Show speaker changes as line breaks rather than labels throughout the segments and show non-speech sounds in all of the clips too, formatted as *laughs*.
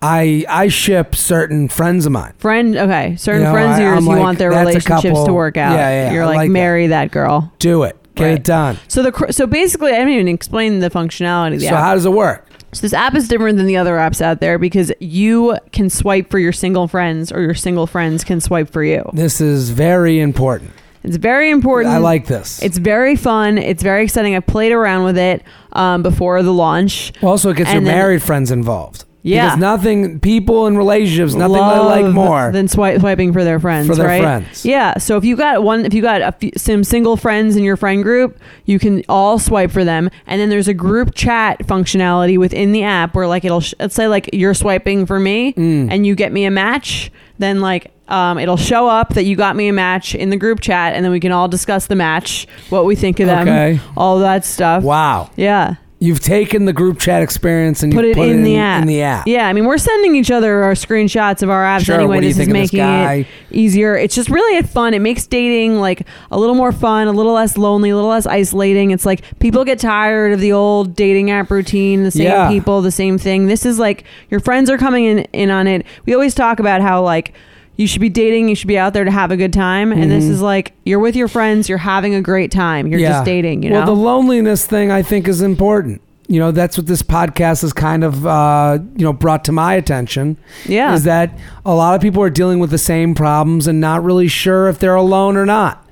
I I ship certain friends of mine.
friend. Okay, certain
You know,
friends of
I-
yours,
I'm
you
like,
want their
that's a
relationships
couple-
to work out.
Yeah, yeah, yeah,
You're
I
like,
like that.
marry that, girl.
Do it. Get
Right.
it done.
So the cr- so basically, I didn't even explain the functionality. Of the
So
app.
how does it work?
So this app is different than the other apps out there because you can swipe for your single friends, or your single friends can swipe for you.
This is very important.
It's very important.
I like this.
Mm. It's very fun. It's very exciting. I played around with it um, before the launch.
also it gets your
and then-
married friends involved.
Yeah.
Because nothing people in relationships, nothing I like
Love
more.
than swi- swiping for their friends.
For their
right?
friends.
Yeah. So if you got one, if you got a few, some single friends in your friend group, you can all swipe for them. And then there's a group chat functionality within the app where like it'll sh- let's say like you're swiping for me
Mm.
and you get me a match, then like. Um, it'll show up that you got me a match in the group chat, and then we can all discuss the match, what we think of them,
Okay.
all that stuff.
wow.
Yeah.
You've taken the group chat experience and
Put
you
it, in, the app.
in the app.
Yeah, I mean, we're sending each other our screenshots of our apps
Sure,
anyway.
what do you
this
think
is
of this
making
guy?
it easier. It's just really fun. It makes dating like a little more fun, a little less lonely, a little less isolating. It's like people get tired of the old dating app routine, the same
Yeah.
people, the same thing. This is like your friends are coming in, in on it. We always talk about how like you should be dating, you should be out there to have a good time, and this
Mm-hmm.
is like you're with your friends, you're having a great time, you're just dating, you know.
Well, the loneliness thing I think is important. You know, that's what this podcast has kind of uh, you know brought to my attention.
Yeah.
is that a lot of people are dealing with the same problems and not really sure if they're alone or not.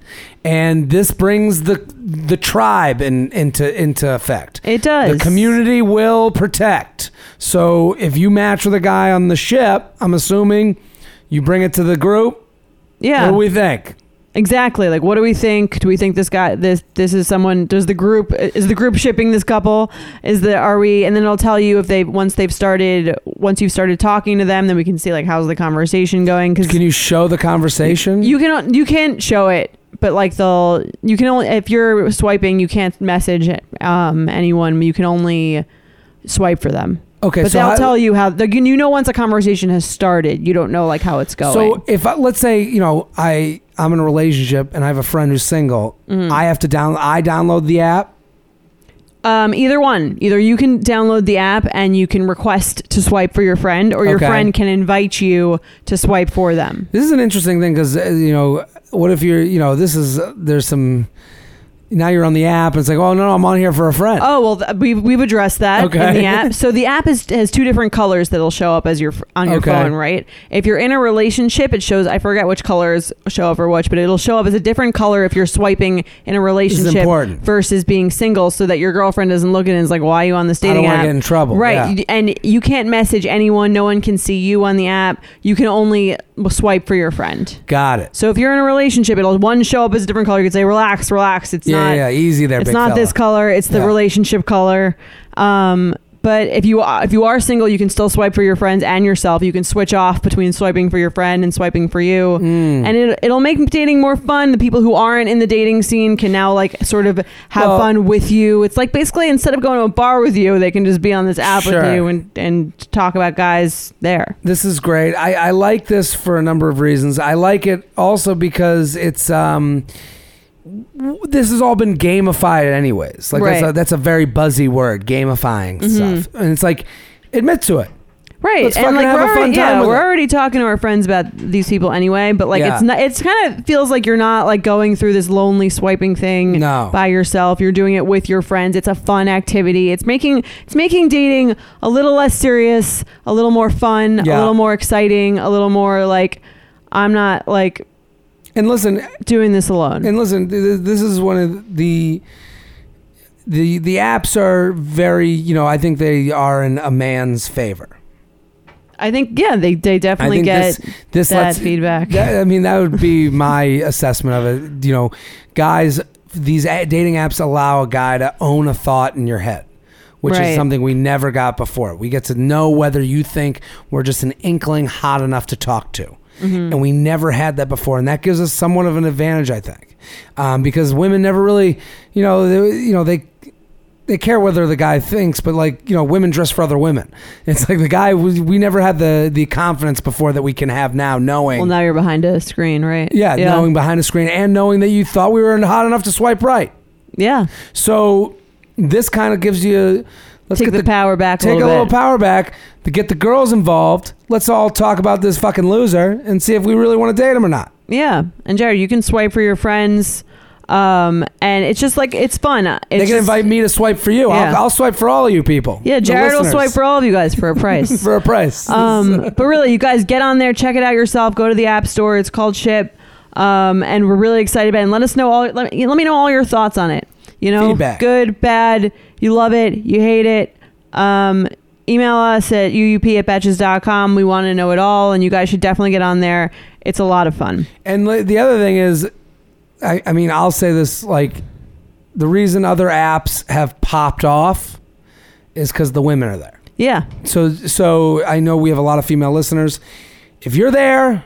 And this brings the the tribe in, into into effect.
It does.
The community will protect. So if you match with a guy on the ship, I'm assuming you bring it to the group.
yeah.
What do we think?
Exactly. Like, what do we think? Do we think this guy, this, this is someone? Does the group is the group shipping this couple? Is the are we? And then it'll tell you if they once they've started, once you've started talking to them, then we can see like how's the conversation going because
Can you show the conversation?
you can you can't show it, but like they'll you can only if you're swiping, you can't message um anyone. You can only swipe for them.
okay,
but
so
they'll
I-
tell you how the, you know once a conversation has started, you don't know like how it's going.
So if I, let's say you know I I'm in a relationship and I have a friend who's single,
Mm-hmm.
I have to down I download the app.
Um, either one. Either you can download the app and you can request to swipe for your friend, or your
Okay.
friend can invite you to swipe for them.
This is an interesting thing because you know what if you're you know this is uh, there's some now you're on the app and it's like oh no, no I'm on here for a friend.
Oh well, th- we've we've addressed that in
Okay.
the app. So the app is has two different colors that'll show up as your f- on your
Okay.
phone, right? If you're in a relationship, it shows. I forget which colors show up or which, but it'll show up as a different color if you're swiping in a relationship
important.
versus being single, so that your girlfriend doesn't look at it and is like, "Why are you on this
I don't
dating
wanna
app?"
get in trouble, yeah.
right? You- And you can't message anyone. No one can see you on the app. You can only swipe for your friend.
Got it.
So if you're in a relationship, it'll one show up as a different color. You can say, "Relax, relax. It's
Yeah,
not."
yeah, yeah, easy there.
It's
big
not
fella.
this color. It's the
Yeah.
relationship color. Um, but if you are, if you are single, you can still swipe for your friends and yourself. You can switch off between swiping for your friend and swiping for you,
Hmm.
and it, it'll make dating more fun. The people who aren't in the dating scene can now like sort of have
Well-
fun with you. It's like basically instead of going to a bar with you, they can just be on this app
Sure.
with you and and talk about guys there.
This is great. I, I like this for a number of reasons. I like it also because it's um w- this has all been gamified anyways. Like that's a,
Right. Mm-hmm.
that's a very buzzy word, gamifying stuff. And it's like admit to it.
Right.
Let's fucking have
we're
a fun
already,
time
Yeah,
with
we're
it.
already talking to our friends about these people anyway, but like
Yeah.
it's not it's kind of feels like you're not like going through this lonely swiping thing
No.
by yourself. You're doing it with your friends. It's a fun activity. It's making it's making dating a little less serious, a little more fun, a
Yeah.
little more exciting, a little more like I'm not like
And listen,
doing this alone.
and listen. th- th- This is one of the the the apps are very. You know, I think they are in a man's favor.
I think yeah, they they
I
definitely
think
get
this this
that
lets-
feedback.
that- I mean, that would be my assessment of it. You know, guys, these a- dating apps allow a guy to own a thought in your head. Which
Right.
is something we never got before. We get to know whether you think we're just an inkling hot enough to talk to. And we never had that before. And that gives us somewhat of an advantage, I think. Um, because women never really, you know, they, you know, they they care whether the guy thinks, but like you know, women dress for other women. It's like the guy we, we never had the the confidence before that we can have now, knowing
well, now you're behind a screen, right?
yeah, knowing behind a screen and knowing that you thought we were hot enough to swipe right.
Yeah.
So this kind of gives you let's
Take
get
the,
the,
power back a
take
little
a little
bit.
power back to get the girls involved. Let's all talk about this fucking loser and see if we really want to date him or not.
Yeah, and Jared, you can swipe for your friends, um, and it's just like it's fun. It's
they can
just-
invite me to swipe for you. I'll,
Yeah.
I'll swipe for all of you people.
Yeah,
the
Jared will
listeners,
swipe for all of you guys for a price.
*laughs* for a price.
um, but really, you guys get on there, check it out yourself. Go to the app store. It's called Ship, um, and we're really excited about it. And let us know all. Let me, let me know all your thoughts on it. You know,
Feedback.
good, bad. You love it. You hate it. Um, email us at uup at batches.com. We want to know it all, and you guys should definitely get on there. It's a lot of fun.
And li- the other thing is, I, I mean, I'll say this like, the reason other apps have popped off is because the women are there.
Yeah,
So, so I know we have a lot of female listeners. If you're there,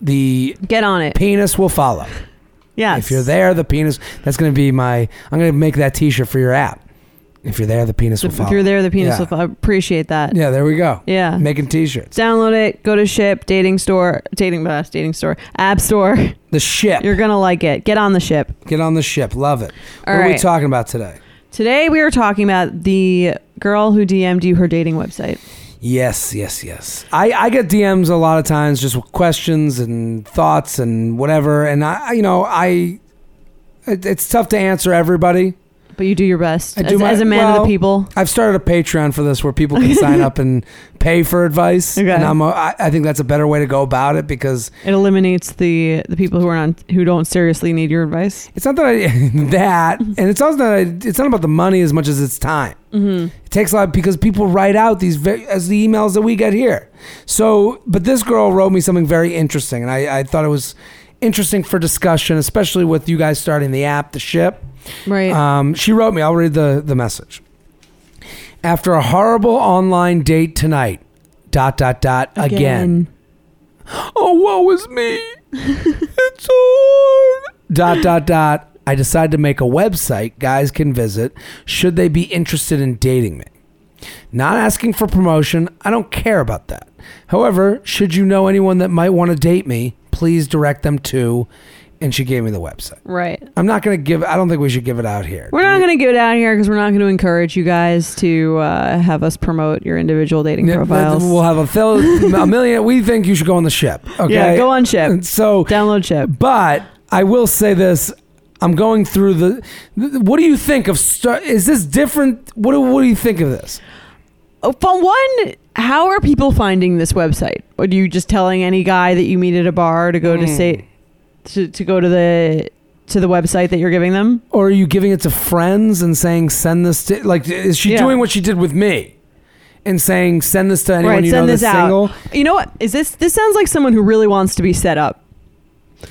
the
get on it.
penis will follow.
Yes.
If you're there, the penis. That's going to be my. I'm going to make that T-shirt for your app. If you're there, the penis will
If,
follow.
you're there, the penis
Yeah.
will follow. Appreciate that.
Yeah, there we go.
Yeah.
Making t-shirts.
Download it. Go to ship. Dating store. Dating uh, dating store. App store. *laughs*
The ship.
You're gonna like it. Get on the ship.
Get on the ship. Love it.
All
what are we
right.
talking about today?
Today we are talking about the girl who DM'd you her dating website.
Yes, yes, yes. I, I get DMs a lot of times just with questions and thoughts and whatever. And I, I- you know, I, it, it's tough to answer everybody.
But you do your best
I
as,
do my-
as a man of
well,
the people.
I've started a Patreon for this where people can sign up and pay for advice.
Okay.
And I'm a, I, I think that's a better way to go about it because
It eliminates the the people who are on who don't seriously need your advice.
it's not that I, *laughs* that, and it's also not, it's not about the money as much as it's time.
Mm-hmm.
It takes a lot because people write out these ve- as the emails that we get here. So, but this girl wrote me something very interesting, and I, I thought it was interesting for discussion, especially with you guys starting the app, the ship.
Right.
Um, she wrote me. I'll read the the message. After a horrible online date tonight, dot dot dot again. Oh, woe is me. it's hard. Dot, dot, dot. I decide to make a website guys can visit should they be interested in dating me. Not asking for promotion, I don't care about that. However, should you know anyone that might want to date me, please direct them to. And she gave me the website.
Right.
I'm not going to give, I don't think we should give it out here.
We're not going to go down here because we're not going to encourage you guys to uh, have us promote your individual dating
Yeah,
profiles.
We'll have a, thil- a million. We think you should go on the ship. Okay.
Yeah, go on ship.
And so,
Download ship.
But I will say this: I'm going through the. th- What do you think of? Star- is this different? What do What do you think of this?
Oh, For one, how are people finding this website? Are you just telling any guy that you meet at a bar to go
Hmm.
to say to, to go to the to the website that you're giving them?
Or are you giving it to friends and saying send this to? Like, is she
Yeah.
doing what she did with me, and saying send this to anyone you know that's single?
You know what? Is this this sounds like someone who really wants to be set up.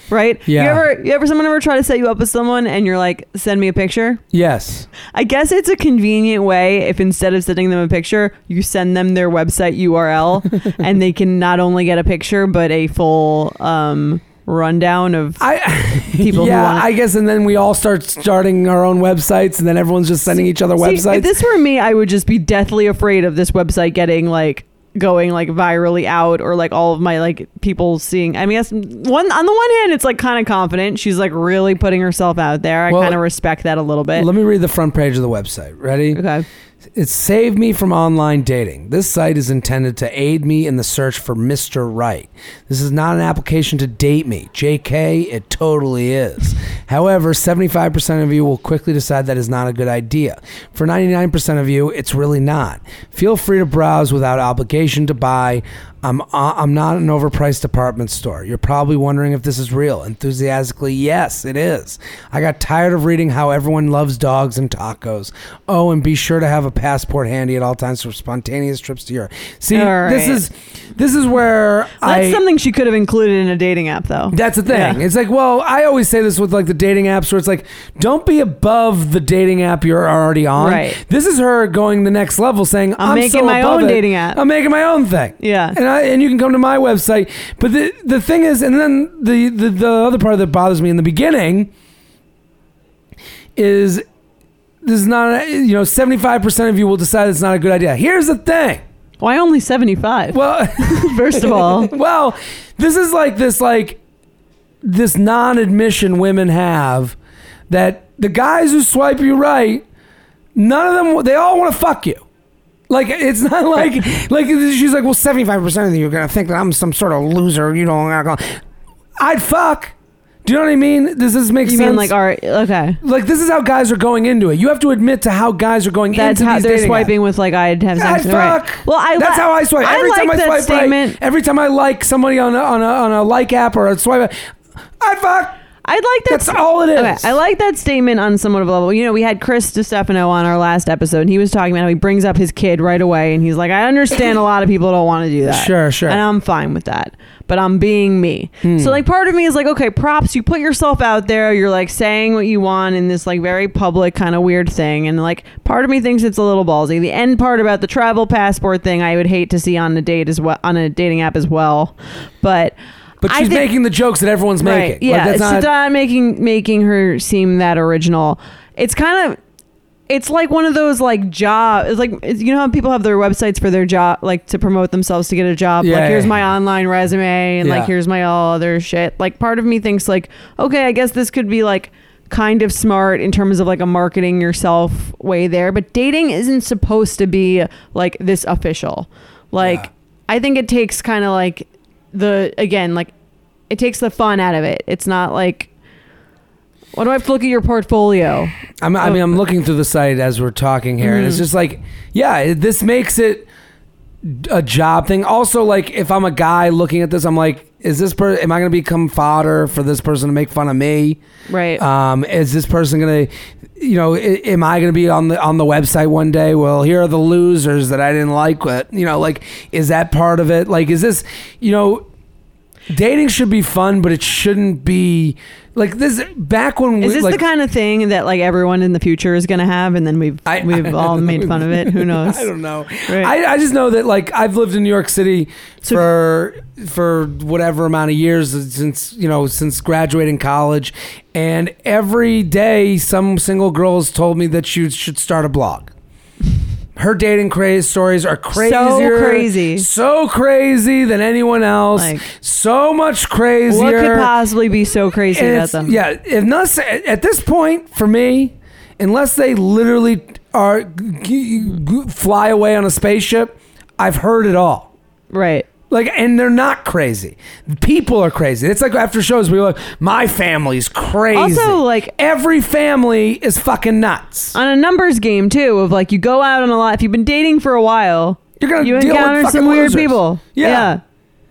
Right?
Yeah.
You ever you ever someone ever try to set you up with someone and you're like, send me a picture?
Yes.
I guess it's a convenient way if instead of sending them a picture, you send them their website
*laughs*
URL and they can not only get a picture but a full um, rundown of
I *laughs*
People who
yeah,
wanna-
I guess, and then we all start starting our own websites, and then everyone's just sending each other
See,
websites.
if this were me, I would just be deathly afraid of this website getting like going like virally out or like all of my like people seeing. I mean, that's one on the one hand, it's like kind of confident. She's like really putting herself out there. I
Well,
kind of respect that a little bit.
Let me read the front page of the website. Ready?
okay.
It's saved me from online dating. This site is intended to aid me in the search for Mr. Right. This is not an application to date me. JK, it totally is. However, 75% of you will quickly decide that is not a good idea. For 99% of you, it's really not. Feel free to browse without obligation to buy. I'm, uh, I'm not an overpriced department store. You're probably wondering if this is real. Enthusiastically, yes, it is. I got tired of reading how everyone loves dogs and tacos. Oh, and be sure to have a passport handy at all times for spontaneous trips to Europe. See,
All
this
right.
is this is where
That's
I.
something she could have included in a dating app though.
that's the thing.
Yeah.
It's like, well, I always say this with like the dating apps where it's like, don't be above the dating app you're already on.
Right.
This is her going the next level saying, I'm,
I'm making
so
my
above
own
it.
dating app."
I'm making my own thing
Yeah.
and I, and you can come to my website. But the the thing is, and then the the, the other part that bothers me in the beginning is this is not you know seventy five percent of you will decide it's not a good idea. Here's the thing.
Why only 75?
Well, *laughs*
*laughs* First of all,
well, this is like this like this non admission women have that the guys who swipe you right, none of them they all want to fuck you. Like it's
*laughs*
not like like she's like well seventy five percent of you are gonna think that I'm some sort of loser. You don't. I'd fuck. Do you know what I mean? Does this make
you
sense?
mean like all right, okay.
like this is how guys are going into it. You have to admit to how guys are going
That's
into
how
these
they're
dating apps.
swiping with like I'd have
I
sex. with- right.
fuck.
Well, I
that's
li-
how I swipe. Every
like
time I
that
swipe
statement.
right, every time I like somebody on a, on a on a like app or a swipe, I fuck.
I like that.
That's all it is.
Okay, I like that statement on somewhat of a level. You know, we had Chris DiStefano on our last episode, and he was talking about how he brings up his kid right away, and he's like, "I understand a lot of people don't want to do that."
Sure, sure. Hmm.
And I'm fine with that, but I'm being me. So, like, part of me is like, "Okay, props. You put yourself out there. You're like saying what you want in this like very public kind of weird thing." And like, part of me thinks it's a little ballsy. The end part about the travel passport thing, I would hate to see on a date as well on a dating app as well, but.
But
I
she's
think-
making the jokes that everyone's
Right.
making.
Yeah.
like,
it's
that's not,
not making making her seem that original. It's kind of it's like one of those like job. It's like it's, you know how people have their websites for their job, like to promote themselves to get a job.
Yeah,
like
yeah,
here's
yeah.
my online resume, and
Yeah.
like here's my all other shit. Like part of me thinks like, okay, I guess this could be like kind of smart in terms of like a marketing yourself way there, but dating isn't supposed to be like this official. Like
Yeah.
I think it takes kind of like the again like it takes the fun out of it. It's not like why do I have to look at your portfolio?
I'm, I mean, I'm looking through the site as we're talking here, and
Mm-hmm.
it's just like, yeah, it- this makes it a job thing. Also, like, if I'm a guy looking at this, I'm like, is this per? Am I going to become fodder for this person to make fun of me?
Right.
Um, is this person going to, you know, i- am I going to be on the on the website one day? Well, here are the losers that I didn't like. What you know, like, is that part of it? Like, is this, you know. Dating should be fun, but it shouldn't be like this. Back when we,
is this
like,
the kind of thing that like everyone in the future is going to have and then we've
*laughs* I-
we've all made fun of it? Who knows?
*laughs* I don't know.
Right.
I, I just know that like I've lived in New York City
So-
for for whatever amount of years uh, since you know since graduating college, and every day some single girls told me that she should start a blog. Her dating craze stories are crazier,
crazy.
so crazy than anyone else.
Like-
so much crazier.
What could possibly be so crazy
And
about
it's-
them?
Yeah, unless at this point for me, unless they literally are g- g- fly away on a spaceship, I've heard it all.
Right.
Like, and they're not crazy. People are crazy. It's like after shows, we were like, my family's crazy.
Also, like-
every family is fucking nuts.
On a numbers game too of like you go out on a lot if you've been dating for a while,
You're gonna
you
deal with
encounter
fucking
some weird
losers.
people.
Yeah.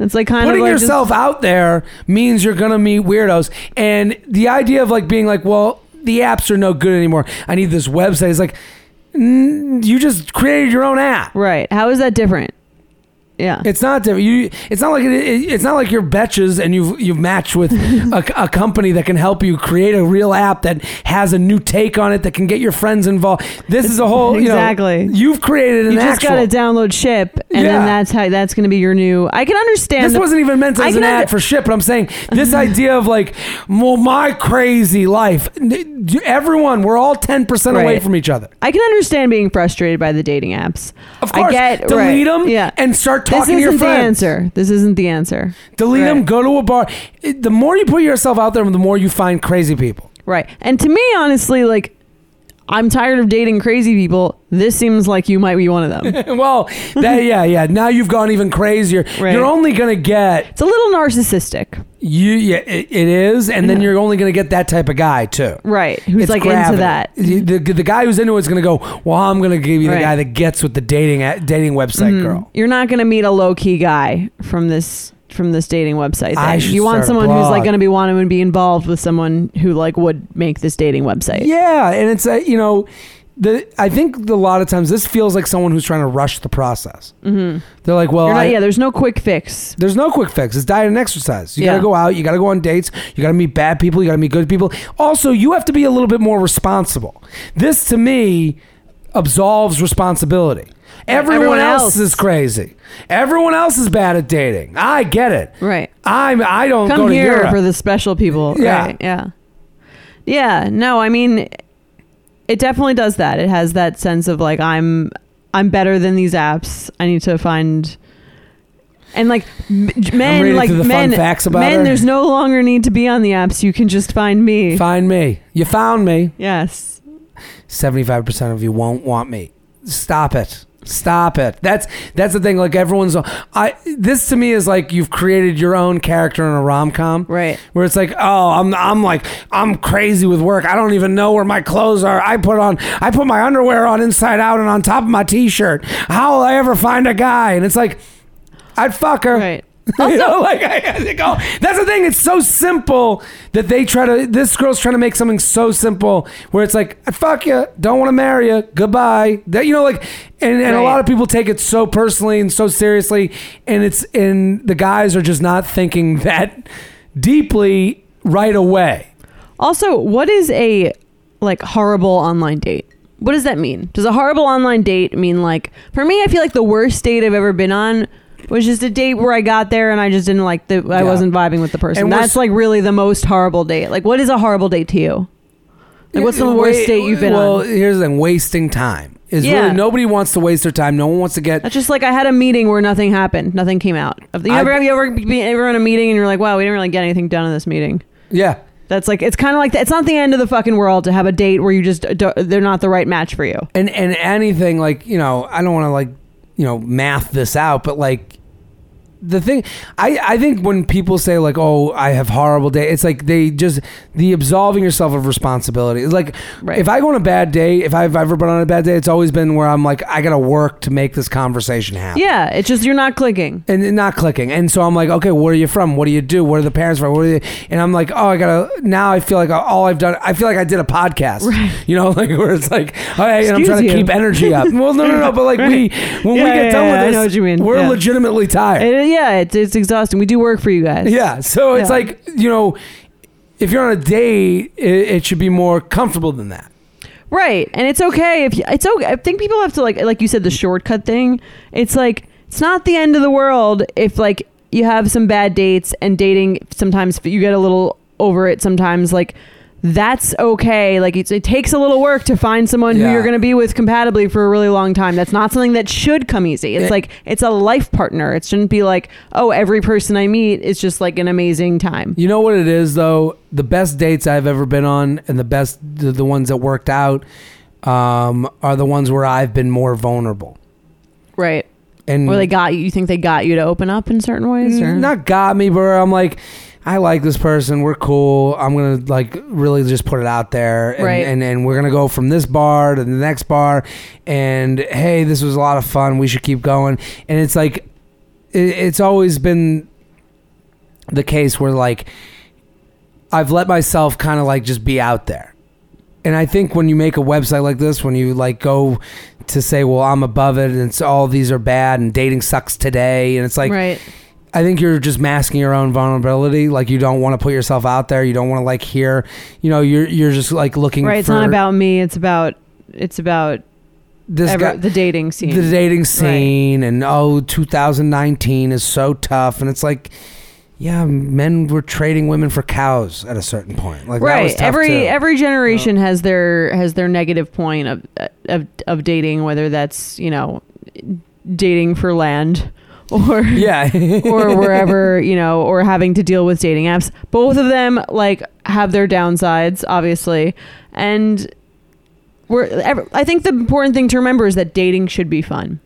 It's like kind
putting
of like just-
yourself out there means you're gonna meet weirdos and the idea of like being like well the apps are no good anymore i need this website it's like n- you just created your own app
right. How is that different? Yeah.
it's not different. You, it's not like it, it- it's not like you're betches and you've you've matched
*laughs*
with a, a company that can help you create a real app that has a new take on it that can get your friends involved. This is a whole you know,
Exactly.
you've created an
you just
actual.
got to download ship and
Yeah.
then that's how that's going to be your new I can understand
this
the-
wasn't even meant
I
as an
can
ad
under-
for shit, but I'm saying this idea of like, well, my crazy life. N- Everyone, we're all 10% away
Right.
from each other.
I can understand being frustrated by the dating apps.
Of course,
I get
delete
right.
them
Yeah.
and start
this isn't
talking to your
the
friends.
answer. This isn't the answer.
Delete
Right.
them, go to a bar. It- the more you put yourself out there, the more you find crazy people.
Right. And to me, honestly, like I'm tired of dating crazy people. This seems like you might be one of them.
*laughs* well, that, yeah, yeah. Now you've gone even crazier.
Right.
You're only going to get
it's a little narcissistic,
you. Yeah, it, it is, and then you're only going to get that type of guy too.
right? Who's
It's
like
gravity.
into that?
The, the, the guy who's into it's going to go, well, I'm going to give you the
Right. Mm-hmm.
guy that gets with the dating a- dating website girl.
Hmm. You're not going to meet a low key guy from this from this dating website.
I
thing.
should
you want
start a
someone who's
blog.
like going to be wanting to be involved with someone who like would make this dating website.
Yeah, and it's a you know, the I think a lot of times this feels like someone who's trying to rush the process. Mm-hmm. They're like, well,
You're not,
I-
yeah. There's no quick fix.
There's no quick fix. It's diet and exercise. You
Yeah.
gotta go out. You gotta go on dates. You gotta meet bad people. You gotta meet good people. Also, you have to be a little bit more responsible. This to me absolves responsibility. Everyone,
everyone
else,
else.
is crazy. Everyone else is bad at dating. I get it.
Right.
I'm. I don't
come
go to
here
Europe.
for the special people.
Yeah.
Right. Yeah. Yeah. No, I mean, it definitely does that. It has that sense of like I'm I'm better than these apps. I need to find. And like m- men,
reading
like
through the
men,
fun facts about
men,
her.
there's no longer need to be on the apps. You can just find me.
Find me. You found me.
yes.
Seventy-five percent of you won't want me. Stop it. Stop it. That's that's the thing. Like everyone's. I. This to me is like you've created your own character in a rom com.
Right.
where it's like, oh, I'm I'm like I'm crazy with work. I don't even know where my clothes are. I put on I put my underwear on inside out and on top of my t-shirt. How will I ever find a guy? And it's like, I'd fuck her.
Right.
*laughs* you know, like I, I think, oh, that's the thing. It's so simple that they try to. This girl's trying to make something so simple where it's like, "I'd fuck you, don't want to marry you, goodbye. That you know, like, and, and a
Right.
lot of people take it so personally and so seriously, and it's and the guys are just not thinking that deeply right away.
Also, what is a like horrible online date? What does that mean? Does a horrible online date mean like for me? I feel like the worst date I've ever been on was just a date where I got there and I just didn't like the I
Yeah.
wasn't vibing with the person.
And we're
That's
s-
like really the most horrible date. Like, what is a horrible date to you? Like, what's the worst
Wa-
date you've been
well,
on?
here's the thing: wasting time is
Yeah.
really nobody wants to waste their time. No one wants to get
That's just like I had a meeting where nothing happened. Nothing came out. Of the- You
I-
ever have you ever be ever in a meeting and you're like, wow, we didn't really get anything done in this meeting.
yeah.
That's like it's kind of like that. It's not the end of the fucking world to have a date where you just do they're not the right match for you.
and and anything like you know i don't want to like you know math this out but like the thing i i think when people say like oh i have horrible day it's like they just the absolving yourself of responsibility it's like
Right.
if i go on a bad day if i've ever been on a bad day it's always been where i'm like i gotta work to make this conversation happen
Yeah, it's just you're not clicking.
and not clicking. And so I'm like, okay, where are you from? What do you do? Where are the parents from? What are you? And I'm like, oh, I gotta. Now I feel like all I've done. I feel like I did a podcast. You know, *laughs* like where it's like, hey, and I'm
Excuse
trying to
you.
keep energy up. well, no, no, no.
*laughs*
But like we, when we
Yeah,
get
yeah,
done
yeah, I
with this,
know what you mean.
we're
Yeah.
legitimately tired.
It- yeah, it's, it's exhausting. We do work for you guys.
yeah. So it's
Yeah.
like you know, if you're on a date, it, it should be more comfortable than that.
Right. And it's okay if you, it's okay. I think people have to like like you said the shortcut thing. It's like it's not the end of the world if like you have some bad dates and dating sometimes you get a little over it sometimes like that's okay. Like it's, it takes a little work to find someone
Yeah.
who you're going to be with compatibly for a really long time. That's not something that should come easy. It's
It-
like it's a life partner. It shouldn't be like, "Oh, every person I meet is just like an amazing time."
You know what it is though? The best dates I've ever been on and the best the, the ones that worked out um, are the ones where I've been more vulnerable.
Right.
And
Or they got you you think they got you to open up in certain ways Mm-hmm. or
Mm. not got me, but I'm like I like this person. We're cool. I'm gonna like really just put it out there, and,
Right.
And and we're gonna go from this bar to the next bar, and hey, this was a lot of fun. We should keep going. And it's like, it, it's always been the case where like I've let myself kind of like just be out there. And I think when you make a website like this, when you like go to say, well, I'm above it, and it's all these are bad, and dating sucks today, and it's like,
right.
I think you're just masking your own vulnerability. Like you don't want to put yourself out there. You don't want to like hear, you know, you're you're just like looking
Right.
for
It's not about me. It's about it's about
this
ever,
guy,
the dating scene.
the dating scene, and oh, 2019 is so tough, and it's like. Yeah, men were trading women for cows at a certain point. Like that was
right.
tough
Every
too.
every generation has their has their negative point of of of dating, whether that's you know dating for land or
*laughs* yeah,
or wherever you know or having to deal with dating apps both of them like have their downsides obviously and we're ev- i think the important thing to remember is that dating should be fun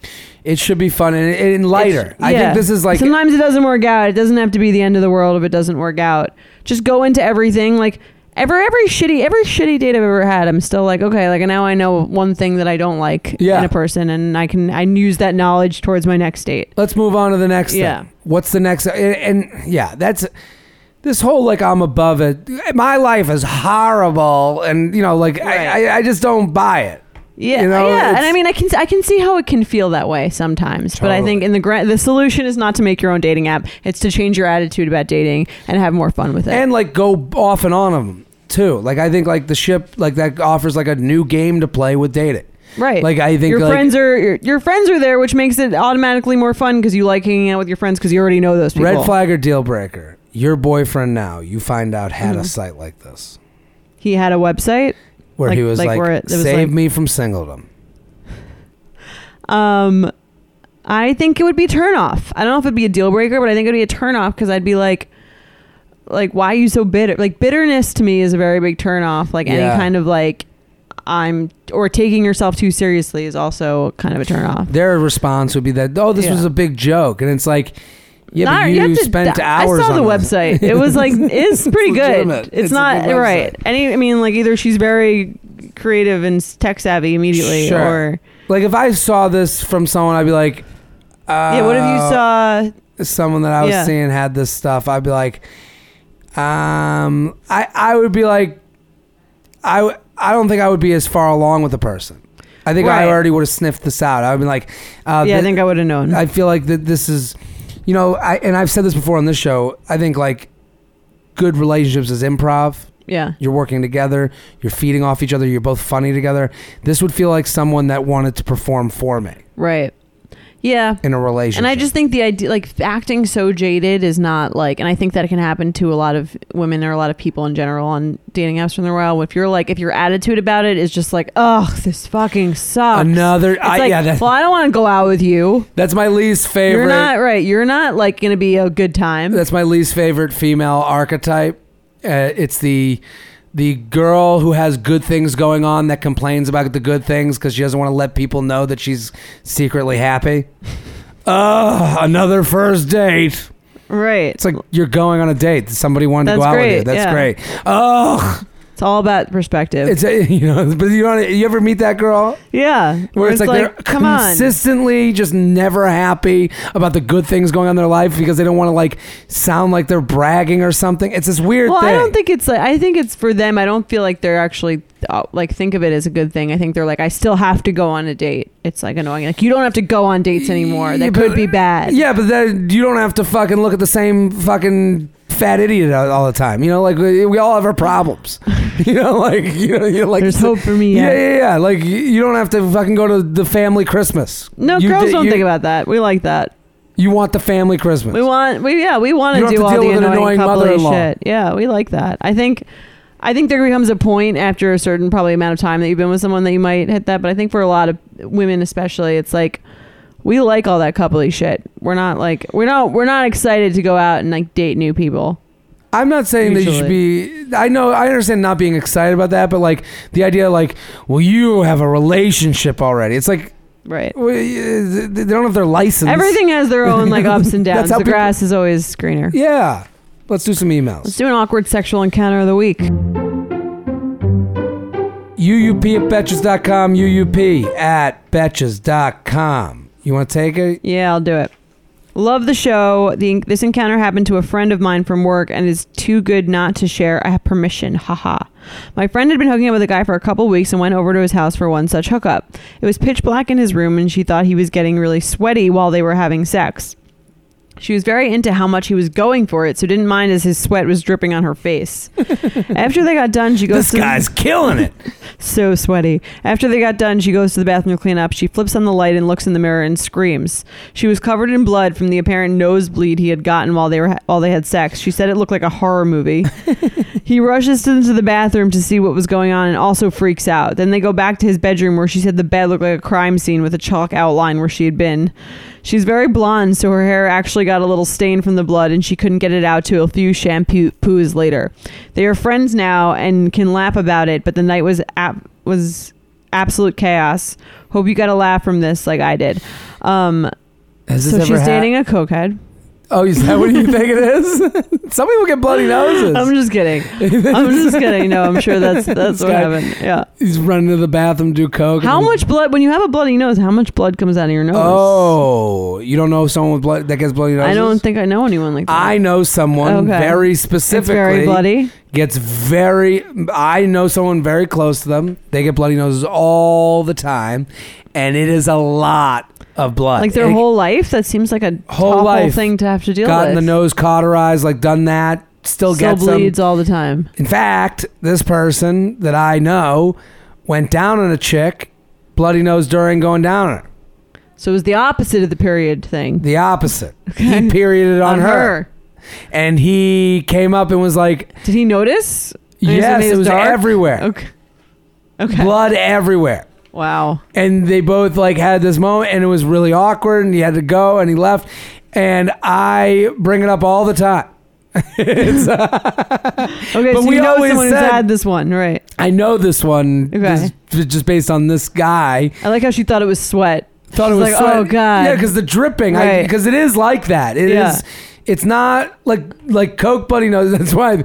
it should be fun and, and lighter. I
Yeah.
think this is like
sometimes it doesn't work out. It doesn't have to be the end of the world if it doesn't work out. Just go into everything like every every shitty every shitty date I've ever had. I'm still like okay, like now I know one thing that I don't like
Yeah.
in a person, and I can I can use that knowledge towards my next date.
let's move on to the next
Yeah.
thing. What's the next? And, and yeah, that's this whole like I'm above it. My life is horrible, and you know, like I,
Right.
I, I just don't buy it.
Yeah,
You know,
yeah, and
it's-
I mean I can I can see how it can feel that way sometimes, but I think
Totally.
in the grand the solution is not to make your own dating app. It's to change your attitude about dating and have more fun with it.
and like go off and on of them too. Like I think like the ship like that offers like a new game to play with dating.
Right.
Like I think
your
like,
friends are your, your friends are there, which makes it automatically more fun because you like hanging out with your friends because you already know those people.
red flag or deal breaker. Your boyfriend now you find out had
Mm-hmm.
a site like this
He had a website.
where
Like-
he was
like
like,
where it- it was, like-
save me from singledom.
Um, I think it would be a turnoff. I don't know if it'd be a deal breaker, but I think it'd be a turnoff because I'd be like, like, why are you so bitter? Like bitterness to me is a very big turnoff. Like
Yeah.
any kind of like, I'm or taking yourself too seriously is also kind of a turnoff.
Their response would be that oh this
Oh. Yeah.
was a big joke, and it's like. Yeah,
Not-
but you,
have to-
spent
th-
hours.
I saw
on
the
this.
website. It was
*laughs*
like it's pretty good.
legitimate.
It's,
It's a
not
good website.
right. Any, I mean, like either she's very creative and s- tech savvy immediately,
Sure.
or
Like if I saw this from someone, I'd be like, uh,
yeah. What if you saw?
someone that I was
Yeah.
seeing had this stuff? I'd be like, um, I I would be like, I w- I don't think I would be as far along with the person. I think I
Right.
already would have sniffed this out. I'd be like, uh,
Yeah, I
thi-
think I would have known.
I feel like that this is, you know, I and I've said this before on this show. I think like good relationships is improv.
yeah,
You're working together. You're feeding off each other. You're both funny together. This would feel like someone that wanted to perform for me.
right. yeah.
in a relationship.
And I just think the idea, like acting so jaded, is not like, and I think that can happen to a lot of women or a lot of people in general on dating apps from the while. If you're like, if your attitude about it is just like, oh, this fucking sucks.
Another-
It's
I-
like,
yeah, that-
well, I don't want to go out with you.
that's my least favorite.
You're not right. You're not like gonna be a good time.
That's my least favorite female archetype. Uh, it's the the girl who has good things going on that complains about the good things because she doesn't want to let people know that she's secretly happy. Ugh, another first date.
right.
It's like you're going on a date. Somebody wanted to
That's
go out with
great,
you. That's
yeah.
great. Ugh,
It's all about perspective.
it's a, *laughs* you know. But you know, what? you ever meet that girl?
yeah.
Where it's, like, they're
come on.
consistently just never happy about the good things going on in their life because they don't want to like sound like they're bragging or something. It's this weird
Well,
thing.
I don't think it's like I think it's for them. I don't feel like they're actually uh, like think of it as a good thing. I think they're like I still have to go on a date. It's like annoying. Like you don't have to go on dates anymore.
Yeah,
That
but-
could be bad.
Yeah, but that you don't have to fucking look at the same fucking fat idiot all all the time. You know, like we, we all have our problems. *laughs* you know, like you know, you're like
There's hope for me.
Yeah,
Yeah.
yeah, yeah. Like y- you don't have to fucking go to the family Christmas.
No,
you,
girls
d-
don't
you,
think about that. We like that.
You want the family Christmas.
We want. We yeah. We want
You
to do
don't have to
all
deal
the
with an annoying
annoying coupley
mother-in-law.
shit. Yeah, we like that. I think. I think there becomes a point after a certain probably amount of time that you've been with someone that you might hit that. But I think for a lot of women, especially, it's like we like all that coupley shit. We're not like we're not we're not excited to go out and like date new people.
I'm not saying that you should be. I know, I understand not being excited about that, but like the idea, like, well, you have a relationship already. It's like
Right.
well, y- they don't have their license.
Everything has their own like ups and
*laughs* That's
downs.
how
The
people-
grass is always greener.
Yeah. Let's do some emails.
Let's do an awkward sexual encounter of the week.
UUP at Betches.com. UUP at Betches.com. You want to take it?
Yeah, I'll do it. Love the show. The, this encounter happened to a friend of mine from work and is too good not to share. I have permission. Haha. My friend had been hooking up with a guy for a couple weeks and went over to his house for one such hookup. It was pitch black in his room and she thought he was getting really sweaty while they were having sex. She was very into how much he was going for it, so didn't mind as his sweat was dripping on her face. After they got done, she goes
This
to
guy's killing
*laughs*
it.
so sweaty. After they got done, she goes to the bathroom to clean up. She flips on the light and looks in the mirror and screams. She was covered in blood from the apparent nosebleed he had gotten while they were while they had sex. She said it looked like a horror movie. he rushes into the bathroom to see what was going on and also freaks out. Then they go back to his bedroom where she said the bed looked like a crime scene with a chalk outline where she had been. She's very blonde, so her hair actually got a little stained from the blood and she couldn't get it out till a few shampoos later. They are friends now and can laugh about it, but the night was ab- was absolute chaos. Hope you got a laugh from this like I did. Um,
Has
so she's dating a cokehead.
Oh, is that what you think
*laughs*
it is? Some people get bloody noses.
I'm just
*laughs*
kidding. I'm just kidding. No, I'm sure that's that's
This
what
guy-
happened. Yeah.
He's running to the bathroom, do coke. and
How
then-
much blood when you have a bloody nose? How much blood comes out of your nose?
Oh, you don't know someone with blood that gets bloody noses?
I don't think I know anyone like that.
I know someone
Okay.
very
it's
specifically.
very bloody.
Gets very. I know someone very close to them. They get bloody noses all the time, and it is a lot of blood.
Like their
And Uh, it-
whole life. That seems like a
Whole
awful
life.
thing to have to deal
gotten
with.
the nose cauterized, like done that, still,
Still
gets
bleeds
them.
all the time.
In fact, this person that I know went down on a chick, bloody nose during going down on her.
So it was the opposite of the period thing.
The opposite. He perioded on, her. and he came up and was like,
Did he notice? I mean,
"Yes,
made
it was
dark?
everywhere,
Okay. Okay.
blood everywhere."
Wow.
and they both like had this moment and it was really awkward and he had to go and he left and i bring it up all the time *laughs* It's, uh,
Okay,
But
so
we
you know
always
someone who's
said-
had this one, right?
i know this one
Okay.
this- just based on this guy
I like how she thought it was sweat.
thought
She's
it was
like,
sweat.
oh god.
yeah because the dripping
Right.
because it is like that It is.
Yeah.
it's not like like coke buddy knows *laughs* that's why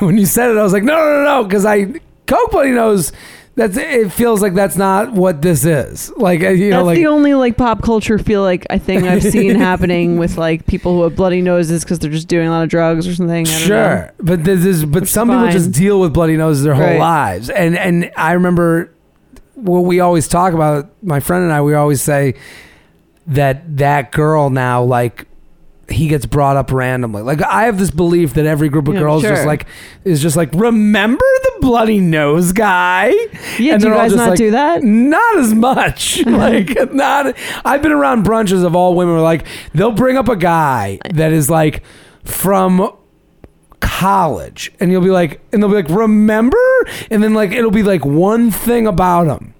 when you said it i was like no no no no because i coke buddy knows that's it feels like that's not what this is like uh, you
that's
know like
the only like pop culture feel like I think
*laughs*
I've seen happening with like people who have bloody noses because they're just doing a lot of drugs or something. I don't know.
Sure, but this is but
is
some people
fine.
just deal with bloody noses their whole
Right.
lives, and and I remember what we always talk about. My friend and I, we always say that that girl now like he gets brought up randomly. Like I have this belief that every group of
Yeah,
girls
sure.
just like is just like remember the bloody nose guy.
Yeah, do
they're
you
all
guys
just
not do that?
Not as
*laughs*
much. like not. I've been around brunches of all women. Where like they'll bring up a guy that is like from college, and you'll be like, and they'll be like, remember? And then like it'll be like one thing about him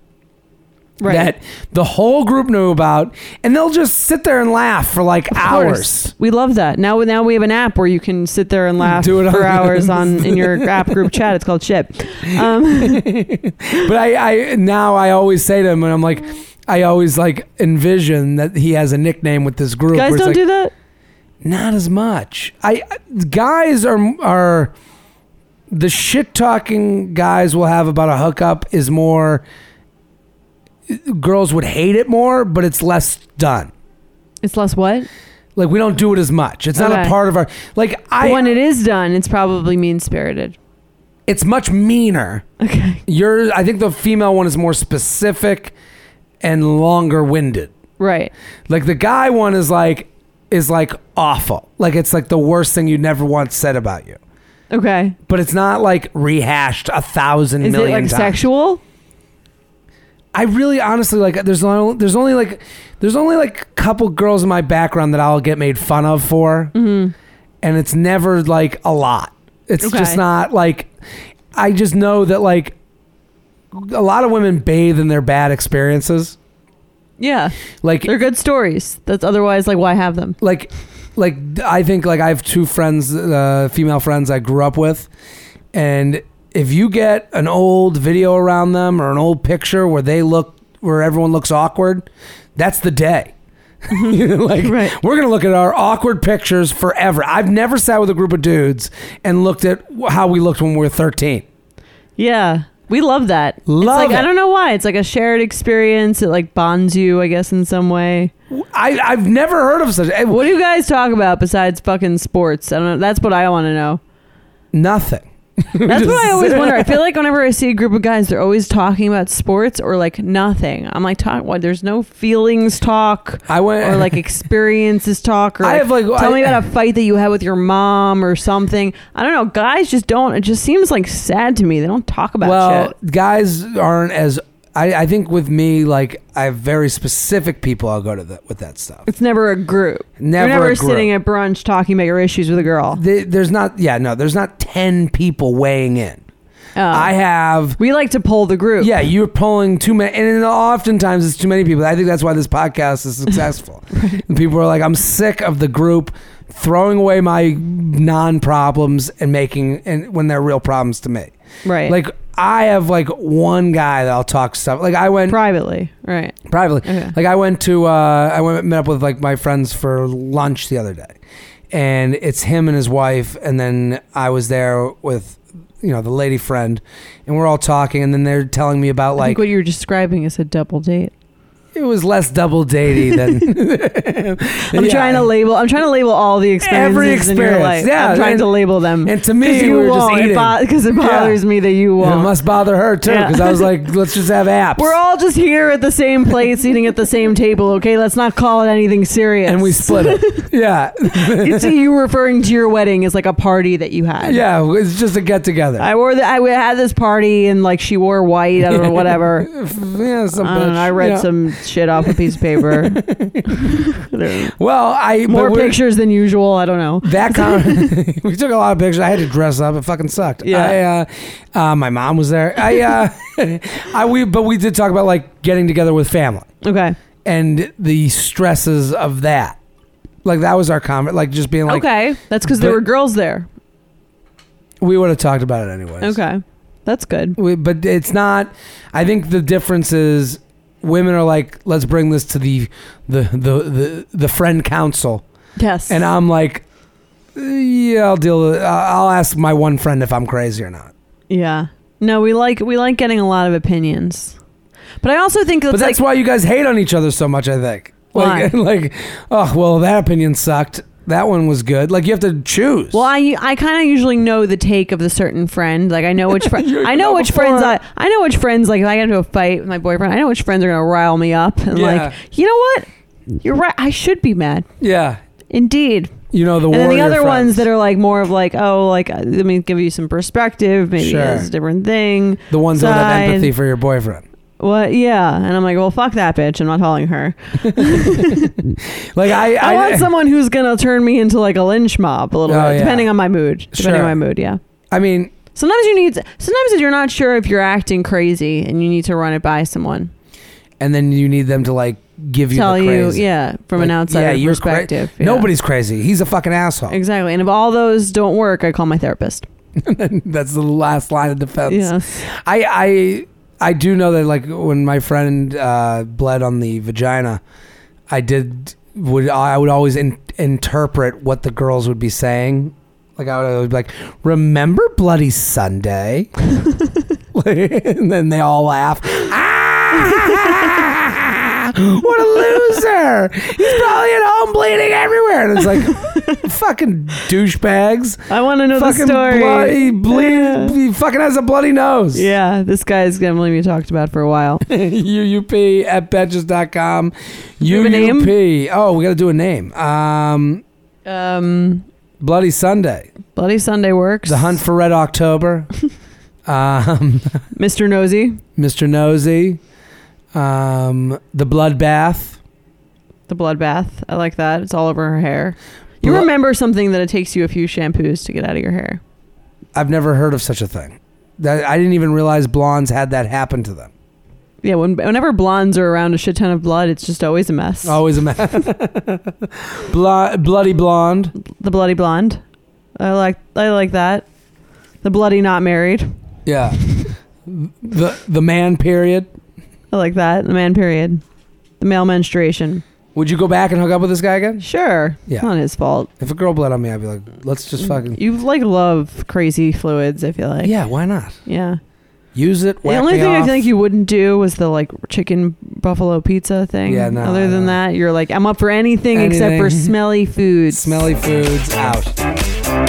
Right.
that the whole group knew about, and they'll just sit there and laugh for like
Of course.
hours.
We love that. Now, now we have an app where you can sit there and laugh
Do it
for
on-
hours on in
*laughs*
your app group chat. It's called Ship. Um,
But I, I now I always say to him, and I'm like, I always like envision that he has a nickname with this group.
guys
where it's
don't
like,
do that.
Not as much. I I- guys are are the shit talking guys will have about a hookup is more. Girls would hate it more, but it's less done.
It's less what?
Like we don't do it as much. It's not
Okay.
a part of our like
But
I.
when it is done, it's probably mean spirited.
it's much meaner.
*laughs* Okay.
Your I think the female one is more specific and longer winded.
Right.
Like the guy one is like is like awful. Like it's like the worst thing you'd never once said about you.
Okay.
But it's not like rehashed a thousand
Is it
million
like
times.
sexual?
I really honestly like there's only there's only like there's only like a couple girls in my background that I'll get made fun of for. And it's never like a lot. It's
Mm-hmm. Okay.
just not like I just know that like a lot of women bathe in their bad experiences.
Yeah.
Like
They're good stories. That's otherwise like why have them?
like like I think like I have two friends, uh, female friends I grew up with, and if you get an old video around them or an old picture where they look where everyone looks awkward, that's the day. You know, *laughs* like
Mm-hmm. Right.
we're gonna look at our awkward pictures forever. I've never sat with a group of dudes and looked at wh- how we looked when we were thirteen.
Yeah. We love that.
Love
it's like I
it.
don't know why. It's like a shared experience. It like bonds you, I guess, in some way.
I, I've never heard of such eh,
What do you guys talk about besides fucking sports? I don't know. That's what I want to know.
nothing.
That's what I
*laughs*
always wonder. I feel like whenever I see a group of guys, they're always talking about sports or like nothing. I'm like, talk. What? There's no feelings talk
I went
or
*laughs*
like experiences talk. Or
I
like,
have, like,
tell
I-
me about a fight that you had with your mom or something. I don't know. Guys just don't. It just seems like sad to me. They don't talk about
well
shit.
guys aren't as I, I think with me like i have very specific people i'll go to that with that stuff
It's never a group.
Never a
You're never
group.
sitting at brunch talking about your issues with a girl.
There- there's not yeah no there's not 10 people weighing in
Oh.
i have
we like to pull the group.
yeah you're pulling too many and oftentimes it's too many people i think that's why this podcast
*laughs*
is successful and people are like i'm sick of the group throwing away my non-problems and making and when they're real problems to me
Right.
like i have like one guy that i'll talk stuff like i went
privately. Right.
privately.
Okay.
Like I went to uh, I went met up with like my friends for lunch the other day, and it's him and his wife, and then I was there with you know the lady friend, and we're all talking, and then they're telling me about
I
like
think what you're describing is a double date.
it was less double datey than
*laughs*
*laughs*
I'm
Yeah.
trying to label. I'm trying to label all the experiences
Every
in your
experience,
life.
yeah,
I'm trying
and-
to label them.
and to me, we were just eating.
because it,
Yeah.
bothers me that you
It
won't.
must bother her too
Yeah.
because I was like, let's just have apps.
we're all just here at the same place, eating at the same table. Okay, let's not call it anything serious.
and we split it. Yeah, *laughs*
it's *laughs* you referring to your wedding as like a party that you had.
yeah. It's just a get together.
I wore the, I had this party and like she wore white. I don't know whatever.
*laughs* *laughs* yeah, some
I, don't
bitch,
know, I read
yeah.
some shit off a piece of
*laughs*
paper. *laughs* There are
Well, I but
More
we're-
pictures than usual. I don't know. *laughs*
That con- *laughs* we took a lot of pictures. I had to dress up. It fucking sucked.
Yeah.
I, uh, uh, my mom was there. I, uh, *laughs* I we but we did talk about like getting together with family
Okay.
and the stresses of that. Like that was our comment. Like just being like
okay. That's because there
but-
were girls there.
we would have talked about it anyway.
Okay. That's good.
We, but it's not. I think the difference is women are like let's bring this to the the the the, the friend council,
Yes.
and I'm like. Yeah, I'll deal. With, I'll ask my one friend if I'm crazy or not.
yeah. No, we like we like getting a lot of opinions. But I also think that's,
But that's
like
why you guys hate on each other so much, I think. Like, *laughs* like, oh well, that opinion sucked. That one was good. Like you have to choose.
well, I, I kind of usually know the take of the certain friend. Like I know which
*laughs*
friend
You
I know
know
which
before.
friends I I know which friends like if I get into a fight with my boyfriend, I know which friends are gonna rile me up and
Yeah.
like you know what, you're right. I should be mad.
yeah.
Indeed,
You know the
And then the
warrior
other ones
friends.
that are like more of like, oh, like uh, let me give you some perspective. Maybe
Sure.
it's a different thing.
the ones that have
side.
empathy for your boyfriend.
What? Yeah. And I'm like, well, fuck that bitch. I'm not calling her.
Like I,
I, want someone who's gonna turn me into like a lynch mob a little
Oh,
bit,
yeah.
depending on my mood. Depending
Sure.
on my mood, yeah.
I mean,
Sometimes you need. Sometimes if you're not sure if you're acting crazy and you need to run it by someone,
and then you need them to like give you
tell
the
you,
crazy.
yeah, from an
Like,
outsider
you're cra-
perspective. yeah.
Nobody's crazy. He's a fucking asshole.
exactly. And if all those don't work, I call my therapist. *laughs*
*laughs* That's the last line of defense.
Yes.
I I I do know that like when my friend uh, bled on the vagina, I did would I would always in, interpret what the girls would be saying. Like I would always be like, "Remember bloody Sunday," *laughs* and then they all laugh. Ah! What a loser! He's probably at home bleeding everywhere, and it's like fucking douchebags.
I want to know the
Fucking
story.
bloody bleed.
Yeah.
He fucking has a bloody nose. *laughs*
Yeah, this guy's definitely been talked about for a while.
UUP at betches.com.
have a name?
UUP. Oh, we got to do a name. Um,
Um,
Bloody Sunday.
Bloody Sunday works.
The Hunt for Red
*laughs*
October. um,
Mr. Nosy,
Mr. Nosy. Um, the Bloodbath.
the bloodbath. I like that. It's all over her hair. You
Blo-
remember something that it takes you a few shampoos to get out of your hair.
I've never heard of such a thing. That, I didn't even realize blondes had that happen to
*laughs*
them.
Yeah, when, whenever blondes are around a shit ton of blood, it's just always a mess.
Always a mess. *laughs* Blo- bloody blonde.
The bloody blonde. I like I like that. The bloody not married. *laughs*
Yeah. The the man period.
I like that. The man period. The male menstruation.
Would you go back and hook up with this guy again?
Sure.
Yeah.
It's not his fault.
If a girl bled on me, I'd be like, let's just fucking.
You like love crazy fluids, I feel like.
*laughs* Yeah, why not?
Yeah.
Use it.
The
whack
only
me
thing I
off.
feel like you *laughs* wouldn't do was the like chicken buffalo pizza thing.
Yeah, no,
Other than
no.
that, you're like, I'm up for anything, except for
Anything. *laughs*
smelly foods.
Smelly foods out.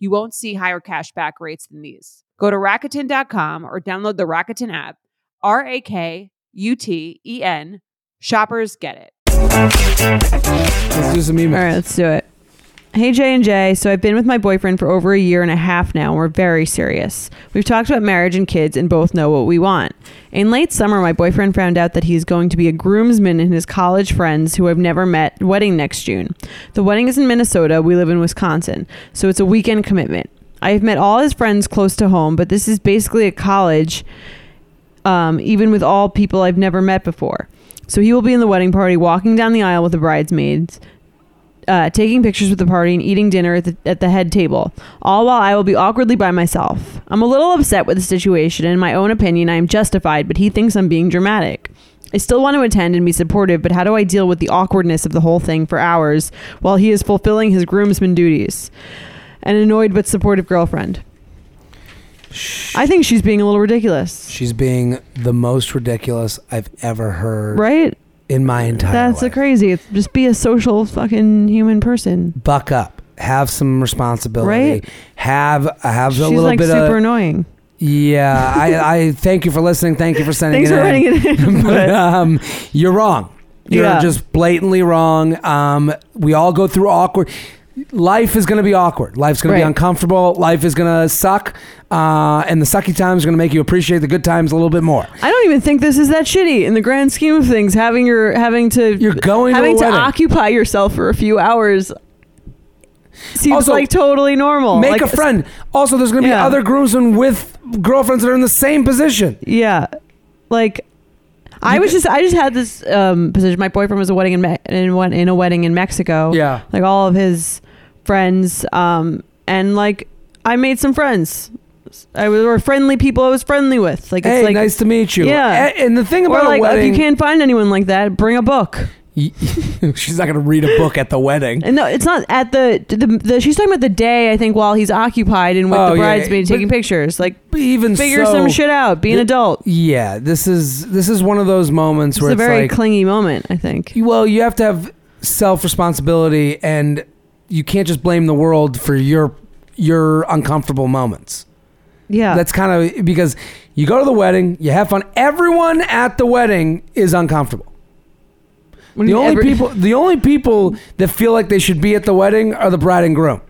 you won't see higher cashback rates than these. Go to Rakuten.com or download the Rakuten app. R A K U T E N. Shoppers get it.
Let's do some emails.
All right, let's do it. Hey Jay and Jay, so I've been with my boyfriend for over a year and a half now, and we're very serious. We've talked about marriage and kids and both know what we want. In late summer, my boyfriend found out that he's going to be a groomsman in his college friends who I've never met wedding next June. The wedding is in Minnesota. We live in Wisconsin, so it's a weekend commitment. I've met all his friends close to home, but this is basically a college um, even with all people I've never met before. So he will be in the wedding party, walking down the aisle with the bridesmaids, uh, taking pictures with the party, and eating dinner at the, at the head table, all while I will be awkwardly by myself. I'm a little upset with the situation, and in my own opinion, I am justified, but he thinks I'm being dramatic. I still want to attend and be supportive, but how do I deal with the awkwardness of the whole thing for hours while he is fulfilling his groomsman duties? An annoyed but supportive girlfriend. I think she's being a little ridiculous.
She's being the most ridiculous I've ever heard
Right?
in my entire
That's a
life.
crazy. It's just be a social fucking human person.
Buck up. Have some responsibility.
Right?
Have have
She's
a little
like
bit
super
of
annoying.
yeah. I, I thank you for listening. Thank you for sending.
Thanks
it
for writing
in.
it in.
*laughs*
*laughs*
but
but-
um, you're wrong. You're
Yeah.
just blatantly wrong. Um, we all go through awkward. Life is going to be awkward. Life's going to be
Right.
uncomfortable. Life is going to suck, uh, and the sucky times are going to make you appreciate the good times a little bit more.
I don't even think this is that shitty in the grand scheme of things. Having your having to
You're going to
having
a
to,
wedding.
occupy yourself for a few hours seems
Also,
like totally normal.
Make
Like,
a friend. Also, there's going to be
Yeah.
other groomsmen with girlfriends that are in the same position.
Yeah, like I
You
was
could-
just I just had this um, position. My boyfriend was a wedding in Me- in one in a wedding in Mexico.
Yeah.
like all of his friends um and like i made some friends i was were friendly people i was friendly with like it's
Hey,
like
nice to meet you.
Yeah.
A- And the thing
or
about
like
a
if
wedding,
you can't find anyone like that bring a book
*laughs* she's not going to read a book at the wedding.
and no it's not at the the, the she's talking about the day i think while he's occupied and with
Oh,
the
yeah,
bridesmaid
but-
taking pictures like
Even
figure
so,
some shit out be an
the-
adult
Yeah, this is this is one of those moments
it's
where
a
it's
very
like
clingy moment i think
Well, you have to have self responsibility, and you can't just blame the world for your your uncomfortable moments.
yeah
That's kind of because you go to the wedding, you have fun. Everyone at the wedding is uncomfortable.
What do
The
you mean
only
every- *laughs*
people the only people that feel like they should be at the wedding are the bride and groom.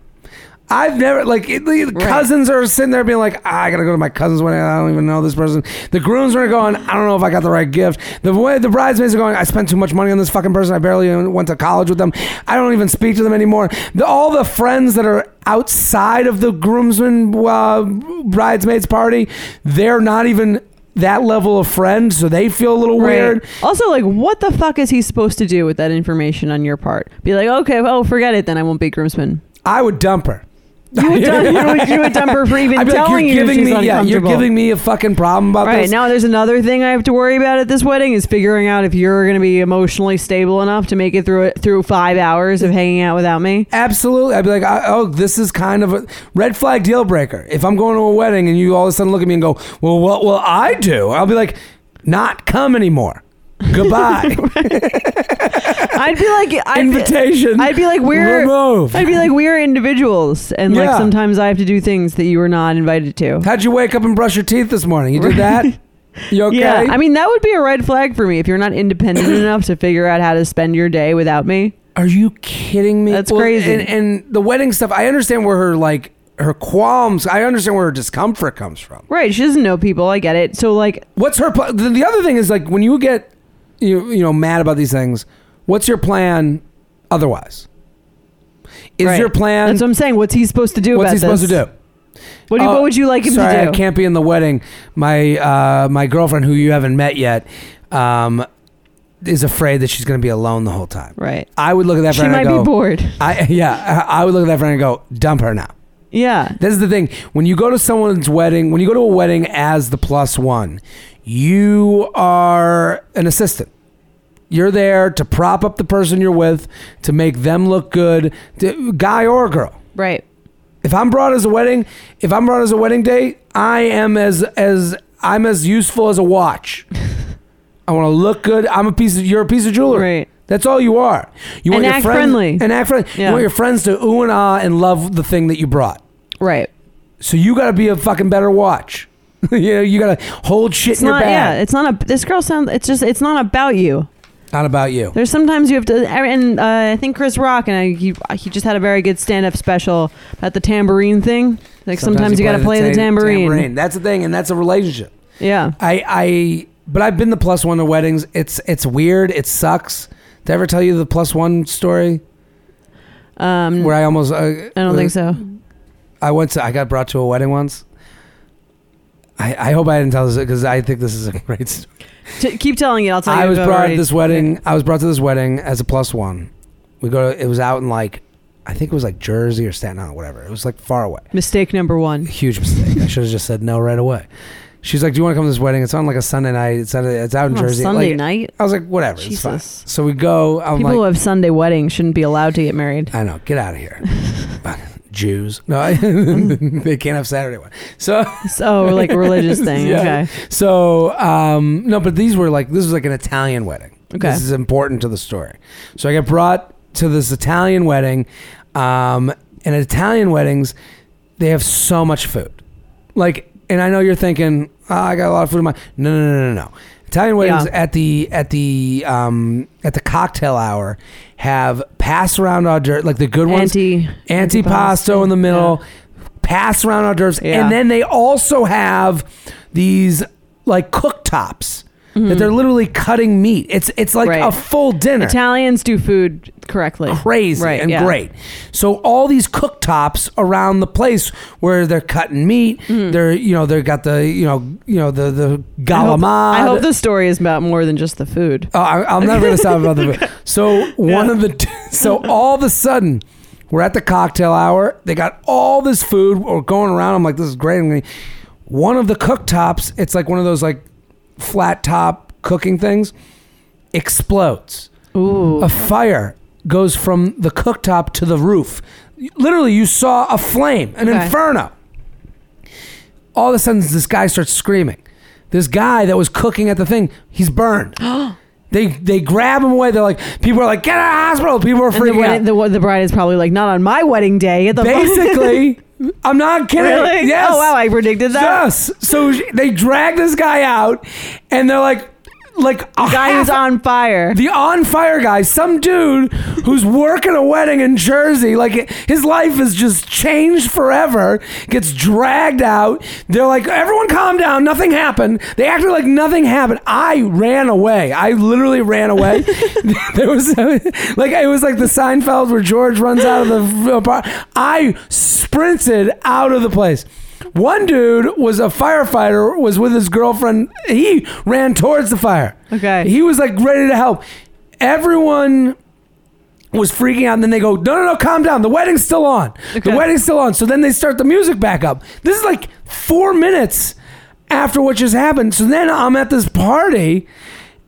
I've never like it- the cousins are sitting there being like, "Ah, I gotta go to my cousin's wedding. I don't even know this person. The grooms are going, I don't know if I got the right gift. The way the bridesmaids are going, I spent too much money on this fucking person. I barely even went to college with them. I don't even speak to them anymore. The, all the friends that are outside of the groomsmen uh, bridesmaids party, they're not even that level of friend, so they feel a little
Right.
weird.
Also, like, what the fuck is he supposed to do with that information on your part? Be like, okay, well, forget it. Then I won't be
*laughs*
groomsman.
I would dump her.
You
*laughs*
would, dump, you would, you would dump her for even
I'd be like,
telling
you're
you
giving
she's
me, yeah, you're
uncomfortable.
giving me a fucking problem
All
about
right
this.
now, there's another thing I have to worry about at this wedding is figuring out if you're going to be emotionally stable enough to make it through it through five hours of hanging out without me.
Absolutely, I'd be like, I- oh, this is kind of a red flag deal breaker. If I'm going to a wedding and you all of a sudden look at me and go, well, what will I do? I'll be like, not come anymore.
*laughs*
Goodbye.
I'd be like, I'd
*laughs* Invitation.
Be, I'd be like, we're.
removed.
I'd be like, we are individuals, and like
Yeah.
sometimes I have to do things that you were not invited to.
How'd you wake up and brush your teeth this morning? You
*laughs*
did that? You okay?
Yeah, I mean that would be a red flag for me if you're not
*clears throat*
independent enough to figure out how to spend your day without me.
Are you kidding me?
That's crazy.
And, and the wedding stuff, I understand where her like her qualms. I understand where her discomfort comes from.
Right? She doesn't know people. I get it. So like,
What's her plan? The, the other thing is like when you get you you know mad about these things, what's your plan otherwise? Is
right.
your plan
That's what I'm saying. What's he supposed to do?
what's
about
he supposed
this?
to do?
What, do you,
Oh,
what would you like him
sorry,
to do?
I can't be in the wedding. My uh, my girlfriend, who you haven't met yet, um, is afraid that she's going to be alone the whole time.
Right.
I would look at that
She
friend
might
and go,
be bored.
I, yeah, I I would look at that friend and go, dump her now.
Yeah.
This is the thing. When you go to someone's wedding, when you go to a wedding as the plus one, you are an assistant. You're there to prop up the person you're with, to make them look good, to, guy or girl.
Right.
If I'm brought as a wedding, if I'm brought as a wedding date, I am as as I'm as useful as a watch. I want to look good. I'm a piece of you're a piece of jewelry.
Right.
That's all you are. You
And
want your
act
friends,
friendly.
and act friendly.
Yeah.
You want your friends to ooh and ah and love the thing that you brought.
Right.
So you got to be a fucking better watch. *laughs* you know, you got to hold shit
It's
in
not.
your
Yeah.
bag.
It's not a. This girl sounds. It's just. It's not about you.
not about you.
There's sometimes you have to, and uh, I think Chris Rock and I, he, he just had a very good stand-up special about the tambourine thing. Like sometimes, you got to play the,
ta-
tambourine.
That's the thing, and that's a relationship.
Yeah,
I, I, But I've been the plus one to weddings. It's it's weird. It sucks. Did I ever tell you the plus one story
Um,
where I almost? Uh,
I don't think so.
I went to. I got brought to a wedding once. I, I hope I didn't tell this because I think this is a *laughs* great story.
T- keep telling it. I'll tell you.
I was
if I've
brought
already-
to this wedding. I was brought to this wedding as a plus one. We go. To, it was out in like, I think it was like Jersey or Staten Island, whatever. It was like far away.
Mistake number one.
Huge mistake. I should have just said no right away. She's like, "Do you want to come to this wedding? It's on like a Sunday night. It's at a, it's out in
On
Jersey.
Sunday
Like,
night?
I was like, "Whatever, it's fine."
Jesus.
So we go. I'm
People who
like,
have Sunday weddings shouldn't be allowed to get married.
I know. Get out
*laughs*
of here, Fucking Jews. No, *laughs* I,
Mm.
they can't have Saturday one. So
*laughs*
*laughs*
So like a religious thing.
Yeah.
Okay.
So um, no, but these were like this was like an Italian wedding.
Okay.
this is important to the story. So I got brought to this Italian wedding, um, and at Italian weddings, they have so much food. Like, and I know you're thinking, oh, I got a lot of food in my. No, no, no, no, no. Italian weddings
Yeah.
at the at the um, at the cocktail hour have pass around hors d'oeuvres, like the good ones,
Anti-
antipasto in the middle
Yeah.
pass around hors d'oeuvres,
Yeah.
and then they also have these like cooktops that they're literally cutting meat. It's it's like
Right.
a full dinner.
Italians do food correctly.
Crazy
Right,
and
yeah.
great. So all these cooktops around the place where they're cutting meat, they're you know they've got the you know you know the the
Mm. I hope,
galamad.
I hope the story is about more than just the food.
Oh, I, I'm never going to stop
*laughs*
about the food. So one of the, *laughs* so all of a sudden, we're at the cocktail hour. They got all this food. We're going around. I'm like, this is great. I'm gonna, one of the cooktops, it's like one of those like flat top cooking things, explodes.
Ooh.
A fire goes from the cooktop to the roof. Literally, you saw a flame, an
Okay.
inferno. All of a sudden, this guy starts screaming. This guy that was cooking at the thing,
*gasps*
he's burned. they they grab him away. They're like, people are like, get out of the hospital. People are
And the,
freaking
wed-
out.
the, the bride is probably like, not on my wedding day. Get the fuck- *laughs*
Basically, I'm not kidding.
really?
Yes.
Oh wow, I predicted that.
Yes. So sh- they drag this guy out, and they're like, like a
Guy who's
half-
on fire.
the on fire guy, some dude who's working a wedding in Jersey, like his life is just changed forever, gets dragged out. They're like, everyone calm down, nothing happened. They acted like nothing happened. I ran away. I literally ran away. *laughs* there was like it was like the Seinfeld where George runs out of the bar. I sprinted out of the place. One dude was a firefighter, was with his girlfriend. He ran towards the fire.
Okay.
He was like ready to help. Everyone was freaking out, and then they go, No, no, no, calm down. The wedding's still on.
Okay.
The wedding's still on. So then they start the music back up. This is like four minutes after what just happened. So then I'm at this party,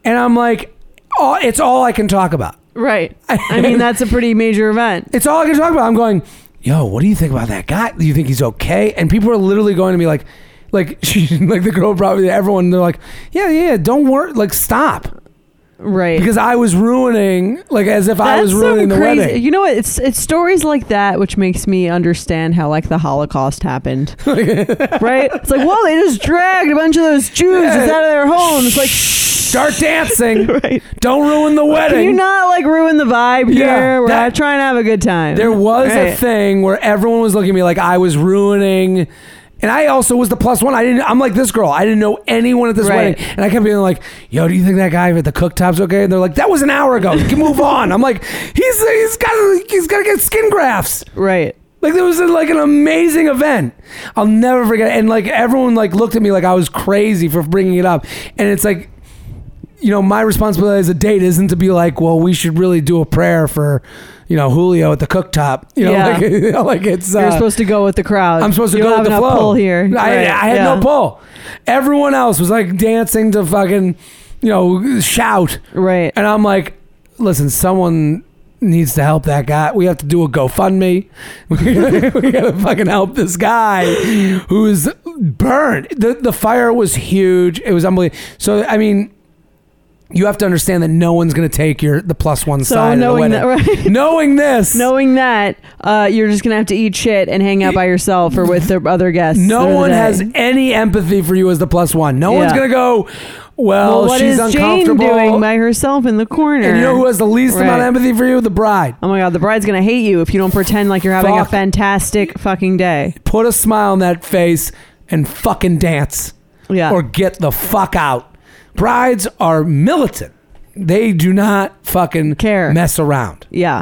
and I'm like, oh, It's all I can talk about.
Right. I mean, that's a pretty major event.
It's all I can talk about. I'm going, yo, what do you think about that guy? Do you think he's okay? And people are literally going to me like, like *laughs* she, like the girl brought me to everyone. They're like, yeah, yeah, yeah, don't worry, like stop,
Right.
because I was ruining, like as if I was
some
ruining the
crazy-
wedding.
You know what? It's it's stories like that which makes me understand how like the Holocaust
*laughs*
happened. right? It's like, well, they just dragged a bunch of those Jews out of their homes. Like,
Start
*laughs*
dancing.
right?
Don't ruin the wedding.
Can you not like ruin the vibe
Yeah,
here? We're
that-
not trying to have a good time.
There was a
Right.
thing where everyone was looking at me like I was ruining. And I also was the plus one. I didn't. I'm like this girl. I didn't know anyone at this
Right.
wedding, and I kept being like, "Yo, do you think that guy at the cooktop's okay?" And they're like, "That was an hour ago. You can move on." I'm like, "He's he's got he's got to get skin grafts."
Right.
Like it was like an amazing event. I'll never forget. it. And like everyone like looked at me like I was crazy for bringing it up. And it's like, you know, my responsibility as a date isn't to be like, well, we should really do a prayer for, you know, Julio at the cooktop. You know,
Yeah.
*laughs* like, you know, like it's.
You're
uh,
supposed to go with the crowd.
I'm supposed to
You
go
don't
with the
have enough
flow
pull here.
I,
Right.
I had
Yeah.
no pull. Everyone else was like dancing to fucking, you know, shout.
Right.
And I'm like, listen, someone needs to help that guy. We have to do a GoFundMe. *laughs* we gotta fucking help this guy who's burned. The the fire was huge. It was unbelievable. So I mean, you have to understand that no one's gonna take your the plus one
So
side of the
knowing
wedding.
that, right?
*laughs* Knowing this,
Knowing that, uh, you're just gonna have to eat shit and hang out by yourself or with the other guests.
no
for the
one
day.
has any empathy for you as the plus one. No one's
Yeah.
gonna go. Well,
Well, what
she's
is Jane
uncomfortable.
doing by herself in the corner?
and you know who has the least amount
Right.
of empathy for you? The bride.
Oh my god, the bride's gonna hate you if you don't pretend like you're having a
Fuck.
fantastic fucking day.
put a smile on that face and fucking dance
Yeah.
or get the fuck out Brides are militant. They do not fucking
Care.
mess around.
Yeah.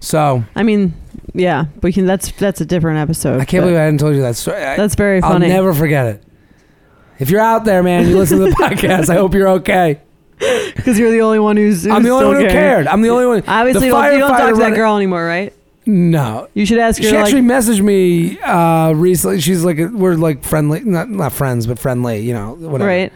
So
I mean, yeah, we can. That's that's a different episode.
I can't
but
believe I hadn't told you that story. I-
That's very
I'll
funny.
never forget it. If you're out there, man,
*laughs*
you listen to the podcast. I hope you're okay.
because you're the only one who's. who's
I'm the only
still
one who cared. I'm the only one.
Obviously,
the
you don't, you don't talk
firefighter
to that
running-
girl anymore, right?
No,
You should ask her.
she
like,
actually messaged me uh, recently. She's like, we're like friendly, not not friends, but friendly. You know, whatever.
right?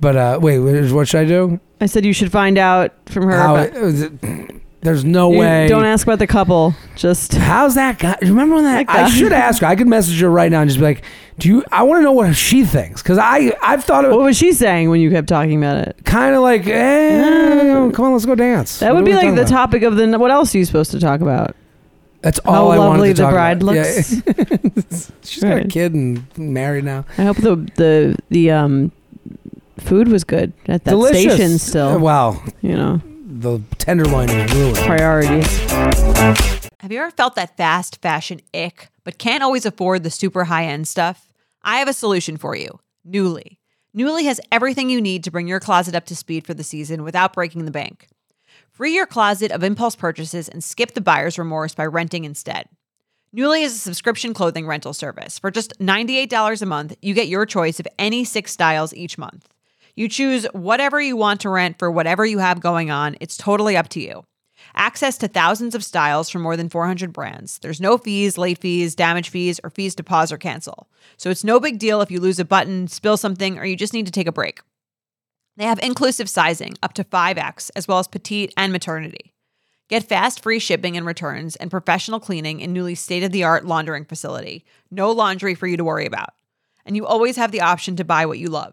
But uh, wait, what what should I do?
I said you should find out from her.
How
about-
it- is it- *clears throat* there's no
You
way.
Don't ask about the couple.
*laughs*
Just
How's that guy? Remember when that?
Like
I
that.
should ask her. I could message her right now and just be like, "Do you? I want to know what she thinks because I I've thought
what
of
was she saying when you kept talking about it?
kind of like, eh, you know, come on, let's go dance.
That
What
would
are
be
we
like
talking
the
about?
topic of the. n- What else are you supposed to talk about?
That's
How
all I wanted
lovely
to
the
talk
bride
about. Yeah,
looks.
*laughs* she's got a
Right.
kid and married now.
I hope the the the um food was good at that
Delicious.
station.
Uh,
Still,
wow,
you know,
the tenderloin is ruined.
priorities.
Have you ever felt that fast fashion ick, but can't always afford the super high end stuff? I have a solution for you Newly. Newly has everything you need to bring your closet up to speed for the season without breaking the bank. Free your closet of impulse purchases and skip the buyer's remorse by renting instead. Newly is a subscription clothing rental service. For just $98 a month, you get your choice of any six styles each month. You choose whatever you want to rent for whatever you have going on. It's totally up to you. Access to thousands of styles from more than 400 brands. There's no fees, late fees, damage fees, or fees to pause or cancel. So it's no big deal if you lose a button, spill something, or you just need to take a break. They have inclusive sizing up to 5X, as well as petite and maternity. Get fast free shipping and returns and professional cleaning in newly state of the art laundering facility. No laundry for you to worry about. And you always have the option to buy what you love,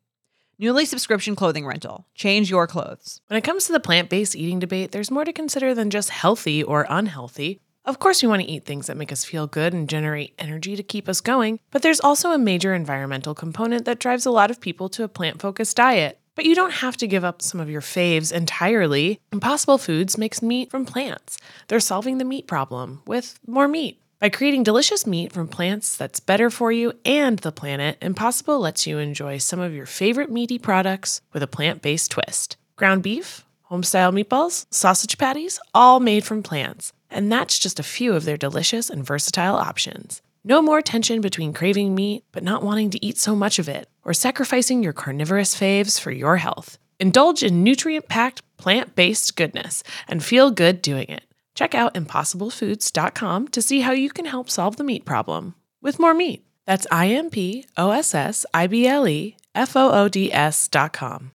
Newly subscription clothing rental. Change your clothes.
When it comes to the plant based eating debate, there's more to consider than just healthy or unhealthy. Of course, we want to eat things that make us feel good and generate energy to keep us going, but there's also a major environmental component that drives a lot of people to a plant focused diet. But you don't have to give up some of your faves entirely. Impossible Foods makes meat from plants. They're solving the meat problem with more meat. By creating delicious meat from plants that's better for you and the planet, Impossible lets you enjoy some of your favorite meaty products with a plant based twist. Ground beef, homestyle meatballs, sausage patties, all made from plants. And that's just a few of their delicious and versatile options. No more tension between craving meat but not wanting to eat so much of it, or sacrificing your carnivorous faves for your health. Indulge in nutrient packed, plant based goodness and feel good doing it. Check out impossiblefoods.com to see how you can help solve the meat problem with more meat. That's I M P O S S I B L E F O O D S dot com.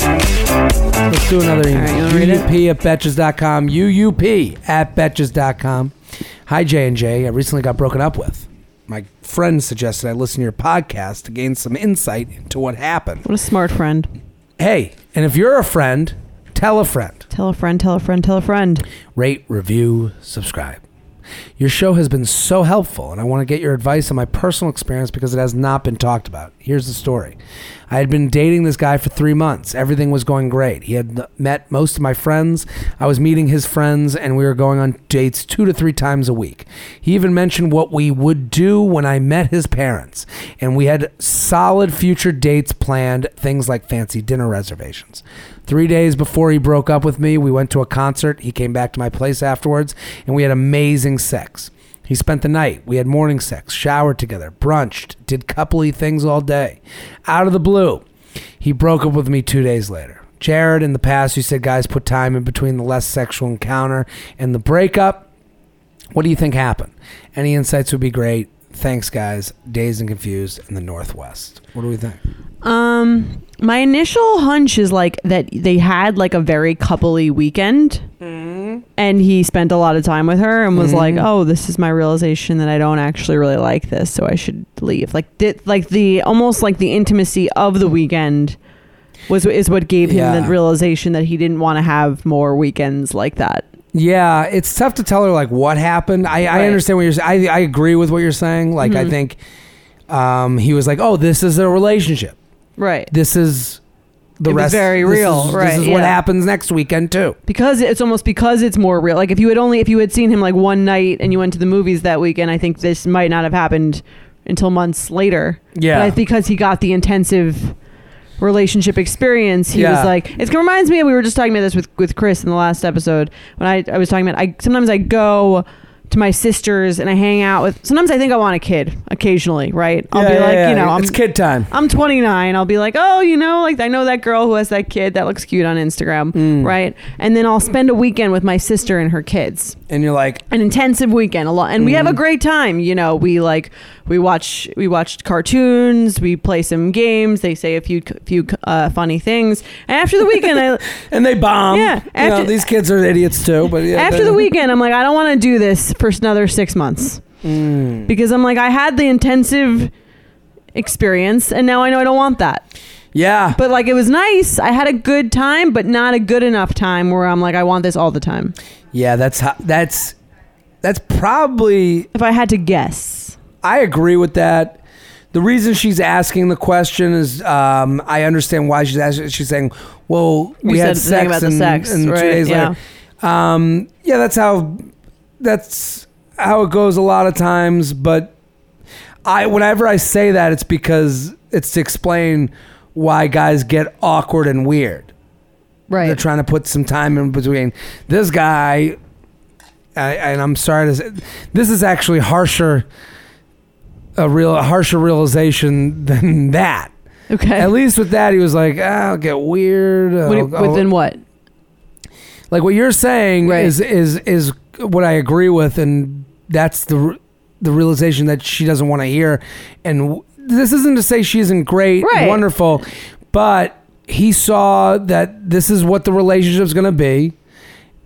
Let's do another email.
right, you wanna read it?
UUP at betches.com. UUP at betches.com. Hi, J and J. I recently got broken up with. My friend suggested I listen to your podcast to gain some insight into what happened.
What a smart friend.
Hey, and if you're a friend, tell a friend.
Tell a friend. Tell a friend. Tell a friend.
Rate, review, subscribe. Your show has been so helpful, and I want to get your advice on my personal experience because it has not been talked about. Here's the story I had been dating this guy for three months. Everything was going great. He had n- met most of my friends. I was meeting his friends, and we were going on dates two to three times a week. He even mentioned what we would do when I met his parents, and we had solid future dates planned, things like fancy dinner reservations. Three days before he broke up with me, we went to a concert. He came back to my place afterwards, and we had amazing sex. He spent the night. We had morning sex, showered together, brunched, did coupley things all day. Out of the blue, he broke up with me two days later. Jared, in the past, you said guys put time in between the less sexual encounter and the breakup. What do you think happened? Any insights would be great. Thanks, guys. Dazed and confused in the Northwest. What do we think?
Um, my initial hunch is like that they had like a very coupley weekend, and he spent a lot of time with her and was like, "Oh, this is my realization that I don't actually really like this, so I should leave." Like, th- like the almost like the intimacy of the weekend was is what gave him
Yeah.
the realization that he didn't want to have more weekends like that.
Yeah, it's tough to tell her like what happened. I, I
Right. Mm-hmm.
understand what you're. saying. I I agree with what you're saying. Like I think, um, he was like, oh, this is a relationship.
Right.
This is the
It was
rest.
very
this
real,
is-
right,
This is what
yeah.
happens next weekend too.
because it's almost because it's more real. Like if you had only if you had seen him like one night and you went to the movies that weekend, I think this might not have happened until months later.
Yeah.
but it's because he got the intensive relationship experience. He
Yeah.
was like, it reminds me. We were just talking about this with with Chris in the last episode when I I was talking about. I sometimes I go to my sisters and I hang out with. Sometimes I think I want a kid. Occasionally, right? I'll be like, you know, I'm
it's kid time.
I'm 29. I'll be like, oh, you know, like I know that girl who has that kid that looks cute on Instagram, right? And then I'll spend a weekend with my sister and her kids,
And you're like,
an intensive weekend, a lot, and we have a great time. You know, we like we watch we watched cartoons, we play some games. They say a few few uh, funny things, and after the weekend, I
and they bomb.
Yeah,
you know,
after-
these kids are idiots too. But yeah,
after
they're-
the weekend, I'm like, I don't want to do this for another six months because I'm like, I had the intensive experience, and now I know I don't want that.
yeah,
But like it was nice. I had a good time, but not a good enough time where I'm like, I want this all the time.
yeah. That's how, that's that's probably
If I had to guess.
I agree with that. The reason she's asking the question is, um, I understand why she's asking. She's saying, "Well,
You
we
said
had
the thing
sex,
about the
and,
sex,
and two
right,
days later." Um, yeah, that's how that's how it goes a lot of times. But I, whenever I say that, it's because it's to explain why guys get awkward and weird.
Right.
They're trying to put some time in between. This guy, I, and I'm sorry to say, this is actually harsher, a real a harsher realization *laughs* than that.
okay.
At least with that, he was like, ah, "I'll get weird."
What do you-
I'll- I'll-"
within what?
like what you're saying
Right.
is is is what I agree with, and that's the r- the realization that she doesn't want to hear. And w- this isn't to say she isn't great, and
Right.
wonderful, but he saw that this is what the relationship's going to be,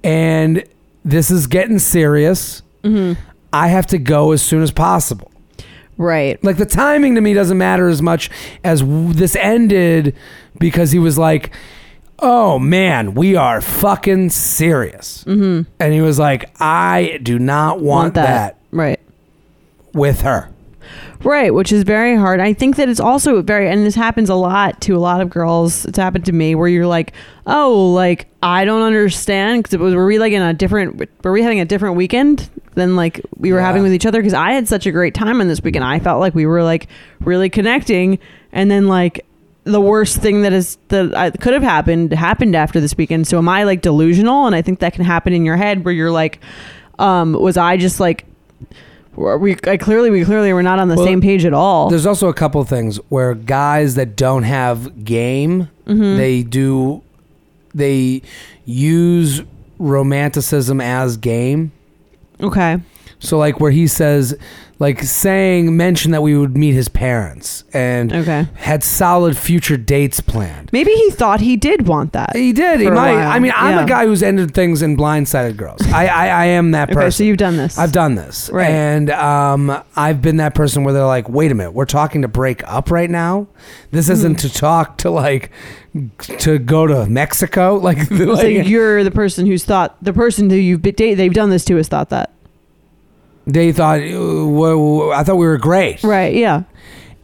and this is getting serious.
Mm-hmm.
I have to go as soon as possible.
Right.
Like the timing to me doesn't matter as much as w- this ended because he was like, "Oh man, we are fucking serious," mm-hmm. and he was like, "I do not want, that.
Right.
with her."
Right, which is very hard. I think that it's also very, and this happens a lot to a lot of girls. It's happened to me where you're like, oh, like I don't understand because it was were we like in a different were we having a different weekend than like we were
Yeah.
having with each other? Because I had such a great time on this weekend. I felt like we were like really connecting, and then like the worst thing that is that I, could have happened happened after this weekend. So am I like delusional? And I think that can happen in your head where you're like, um, was I just like. were We I clearly we clearly were not on the
Well,
same page at all.
There's also a couple things where guys that don't have game, they do, they use romanticism as game.
Okay.
So like where he says, like saying mention that we would meet his parents and
Okay.
had solid future dates planned.
Maybe he thought he did want that.
He did. He
For a
might.
while,
I mean, I'm
yeah.
a guy who's ended things in blindsided girls. I, I, I am that person.
*laughs* Okay, so you've done this.
I've done this,
Right.
and um, I've been that person where they're like, "Wait a minute, we're talking to break up right now. This
Hmm.
isn't to talk to like to go to Mexico. *laughs* Like,
So
like
you're the person who's thought the person who you've been, date- they've done this to has thought that.
they thought, "Uh, whoa, I thought we were great,
Right. Yeah.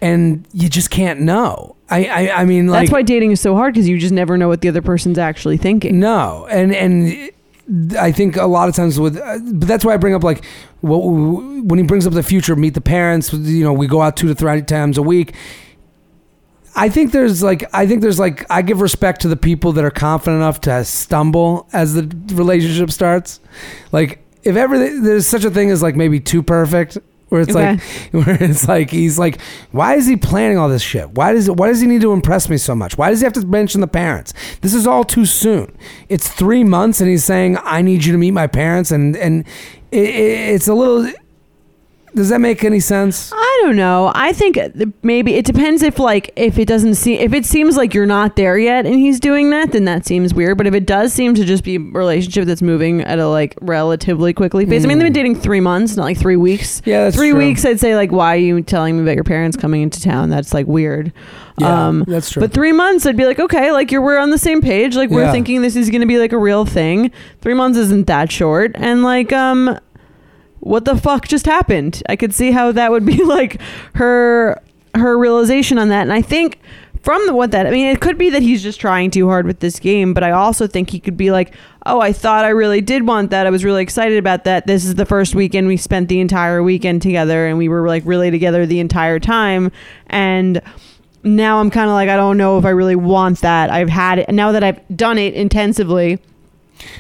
and you just can't know. I, I, I mean, like,
That's why dating is so hard because you just never know what the other person's actually thinking.
no, and and I think a lot of times with, uh, but that's why I bring up like what when he brings up the future, meet the parents. You know, we go out two to three times a week. I think there's like I think there's like I give respect to the people that are confident enough to stumble as the relationship starts. Like if ever there's such a thing as like maybe too perfect where it's like *laughs* where it's like he's like why is he planning all this shit? Why does why does he need to impress me so much? Why does he have to mention the parents? This is all too soon. It's 3 months and he's saying I need you to meet my parents and and it, it, it's a little Does that make any sense?
I don't know. I think maybe it depends if like if it doesn't seem if it seems like you're not there yet and he's doing that, then that seems weird. But if it does seem to just be a relationship that's moving at a like relatively quickly pace. I mean, they've been dating three months, not like three weeks.
Mm. Yeah, that's
three
true.
weeks. I'd say like, why are you telling me about your parents coming into town? That's like weird. Um,
Yeah, that's true.
But three months, I'd be like, okay, like you're we're on the same page. Like we're
Yeah.
thinking this is gonna be like a real thing. Three months isn't that short, and like um what the fuck just happened? I could see how that would be *laughs* like her her realization on that. And I think from the, what that I mean, it could be that he's just trying too hard with this game, but I also think he could be like, "Oh, I thought I really did want that. I was really excited about that. This is the first weekend we spent the entire weekend together and we were like really together the entire time and now I'm kind of like I don't know if I really want that. I've had it now that I've done it intensively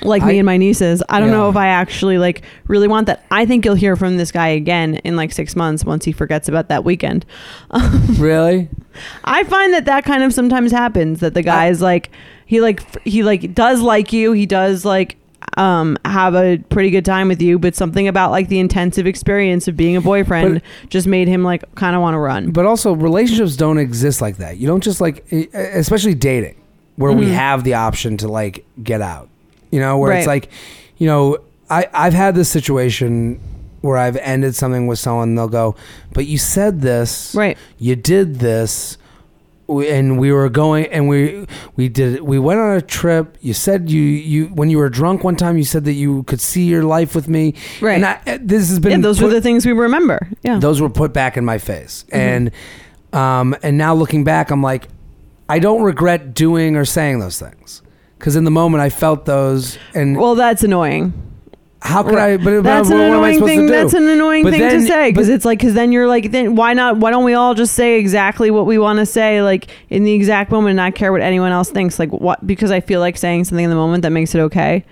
like
I-
me and my nieces. I don't know
Yeah.
if I actually like really want that. I think you'll hear from this guy again in like six months once he forgets about that weekend.
Really?
I find that that kind of sometimes happens that the guy is like he like f- he like does like you. He does like um have a pretty good time with you, but something about like the intensive experience of being a boyfriend just made him like kind of want to run.
But also, relationships don't exist like that. You don't just like, e- especially dating, where
Mm-hmm.
we have the option to like get out. You know, where it's
Right.
like, you know, I I've had this situation where I've ended something with someone. And they'll go, but you said this,
Right.
You did this. we- And we were going, and we we did. We went on a trip. You said you you when you were drunk one time. You said that you could see your life with me.
Right.
And I, this has been
yeah, those were
put-
the things we remember. Yeah.
*laughs* those were put back in my face
Mm-hmm.
and um and now looking back i'm like i don't regret doing or saying those things because in the moment i felt those and
well, that's annoying.
how could i but, but
that's
what
an
am i
annoying
supposed
thing.
to do
That's an annoying
But
thing
then-
to say because
but-
it's like because then you're like, then why not? Why don't we all just say exactly what we want to say, like in the exact moment, and not care what anyone else thinks? Like what? Because I feel like saying something in the moment that makes it okay.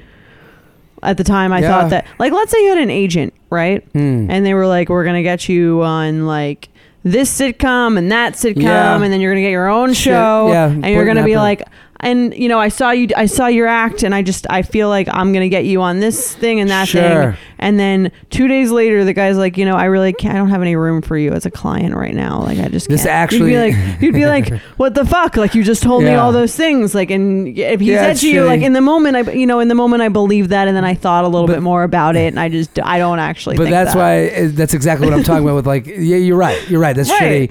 At the time, I
Yeah.
thought that, like, let's say you had an agent, right?
Mm.
And they were like, "We're gonna get you on like." This sitcom and that sitcom,
Yeah.
and then you're gonna get your own
Shit,
show,
yeah,
and you're
putting
gonna be
that-
like, and you know, I saw you, I saw your act, and I just, I feel like I'm gonna get you on this thing and that
Sure.
thing, and then two days later, the guy's like, you know, I really can't, I don't have any room for you as a client right now. Like, I just
This
can't.
actually-
you'd be like, you'd be
*laughs*
like, what the fuck? Like, you just told me
Yeah.
all those things. Like, and if he
Yeah,
said
it's
to you,
shitty.
like in the moment, I, you know, in the moment, I believed that, and then I thought a little
But-
bit more about it, and I just, I don't actually.
but
think
that's
that.
why eh, that's exactly what i'm talking about with like yeah you're right you're right that's
Right.
shitty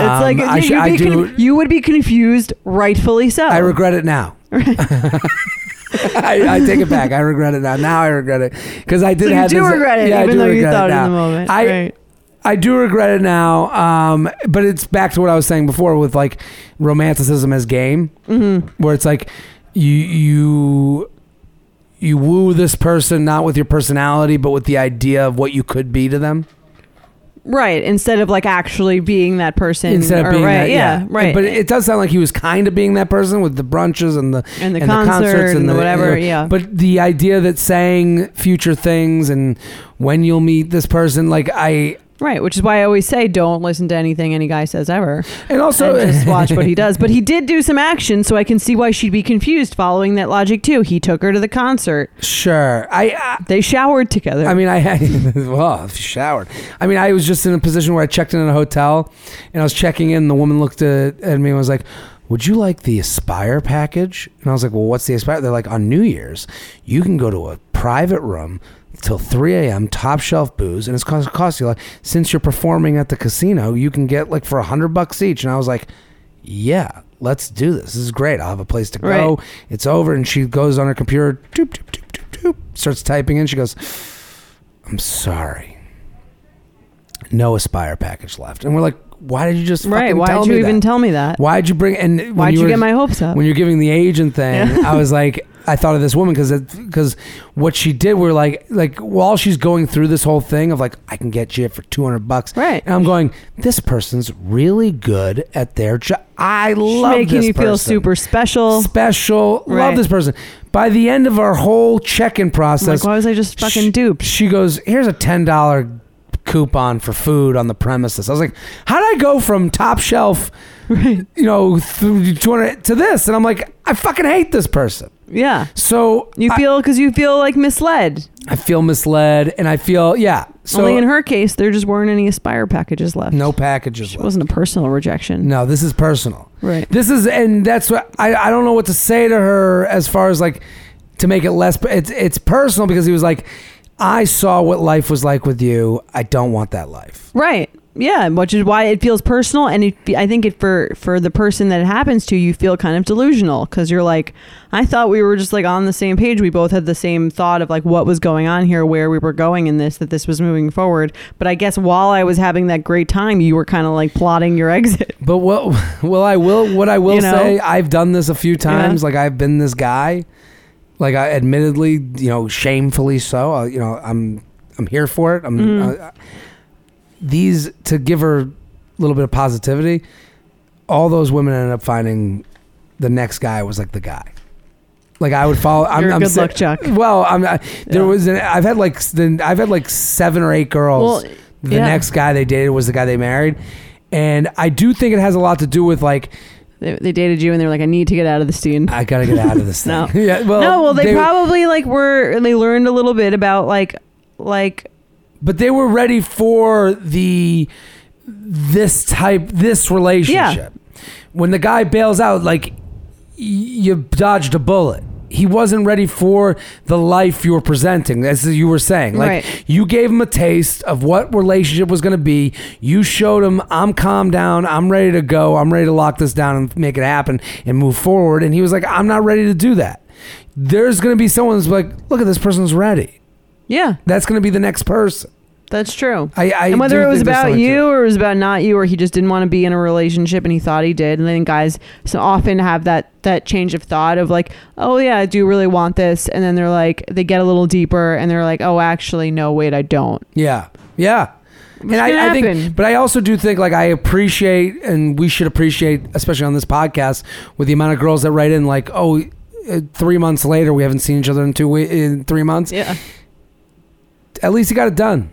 Um,
It's like
I,
you,
sh- I
would be
do
conf- you would be confused, rightfully so.
i regret it
*laughs*
now *laughs* I, I take it back. I regret it now. Now I regret it because I did
So you
have
do
this-
regret it,
yeah, I
even
do
though you
regret it
thought in the
now.
moment.
I,
Right.
I do regret it now, um, but it's back to what I was saying before with like romanticism as game,
Mm-hmm.
where it's like you you you woo this person not with your personality, but with the idea of what you could be to them.
right. Instead of like actually being that person,
Instead of
or,
being
right,
that,
yeah, right.
But it does sound like he was kind of being that person with the brunches and the
And the concert and the whatever, yeah.
But the idea that saying future things and when you'll meet this person, like I,
Right, which is why I always say don't listen to anything any guy says ever.
and also
and just watch
*laughs*
what he does. But he did do some action, so I can see why she'd be confused following that logic too. He took her to the concert.
sure, I, I
They showered together.
I mean, I had, *laughs* well, showered. I mean, I was just in a position where I checked in at a hotel and I was checking in. And the woman looked at, at me and was like, Would you like the Aspire package? And I was like, Well, what's the Aspire? They're like, On New Year's, you can go to a private room till 3 a.m., top shelf booze, and it's cost, cost you like, since you're performing at the casino, you can get like for a 100 bucks each. And I was like, yeah, let's do this. This is great. I'll have a place to go.
Right.
It's over. And she goes on her computer, doop, doop, doop, doop, doop, starts typing in. She goes, I'm sorry. No Aspire package left. And we're like, why did you just
right?
fucking
Why
tell
did you
me
even
that?
tell me that?
Why'd you bring and when
Why'd you
were-
get my hopes up?
When you're giving
*laughs*
the agent thing, I was like, I thought of this woman because because what she did, we're like like while she's going through this whole thing of like I can get you it for two hundred bucks,
Right.
And I'm going, this person's really good at their job. I love
Making
this
you feel
person.
super special.
special. Love
Right.
this person. By the end of our whole
I'm
check-in
like,
process,
why was I just
she, *laughs*
fucking duped?
She goes, "Here's a ten dollar coupon for food on the premises. I was like, how did I go from top shelf, *laughs* you know, th- 200 to this? And I'm like, I fucking hate this person.
Yeah.
So
You
I-
feel because you feel like misled.
I feel misled, and I feel yeah. So
Only in her case, there just weren't any Aspire packages left.
no packages.
It
Left.
wasn't a personal rejection.
No, this is personal.
Right.
This is, and that's what I, I don't know what to say to her as far as like to make it less. It's it's personal because he was like, I saw what life was like with you. I don't want that life.
Right. Yeah, which is why it feels personal, and it, I think it for for the person that it happens to, you feel kind of delusional because you're like, I thought we were just like on the same page. We both had the same thought of like what was going on here, where we were going in this, that this was moving forward. But I guess while I was having that great time, you were kind of like plotting your *laughs* exit.
But what well I will what I will
You know?
say I've done this a few times
Yeah.
like I've been this guy like I admittedly you know shamefully so I, you know I'm I'm here for it I'm
Mm-hmm.
I- I- these to give her a little bit of positivity all those women ended up finding the next guy was like the guy like I would follow I'm,
You're a
I'm
good
si-
luck chuck.
well I'm I, there
Yeah.
was an, I've had like s- then I've had like seven or eight girls
Well,
the
yeah.
next guy they dated was the guy they married and I do think it has a lot to do with like
They, they dated you, and they were like, I need to get out of the scene.
I gotta get out of this
*laughs*
thing.
No.
*laughs* yeah, well,
no, well, they, probably like were they learned a little bit about like like
but they were ready for the this type this relationship. When the guy bails out, like y- you dodged a bullet. He wasn't ready for the life you were presenting, as you were saying. Like
Right.
you gave him a taste of what relationship was going to be. You showed him, I'm calm down. I'm ready to go. I'm ready to lock this down and make it happen and move forward. And he was like, I'm not ready to do that. There's going to be someone who's like, look at this person's ready.
yeah,
That's going to be the next person.
that's true.
I, I
and whether
do
it was
think there's
about
something to
you
it.
or it was about not you or he just didn't want to be in a relationship and he thought he did and then guys so often have that that change of thought of like oh yeah i do really want this and then they're like they get a little deeper and they're like oh actually no wait i don't
yeah, yeah. And I, I
gonna happen?
think, but I also do think, like, I appreciate, and we should appreciate, especially on this podcast, with the amount of girls that write in, like, oh, uh, three months later, we haven't seen each other in two we- in three months.
yeah
At least he got it done.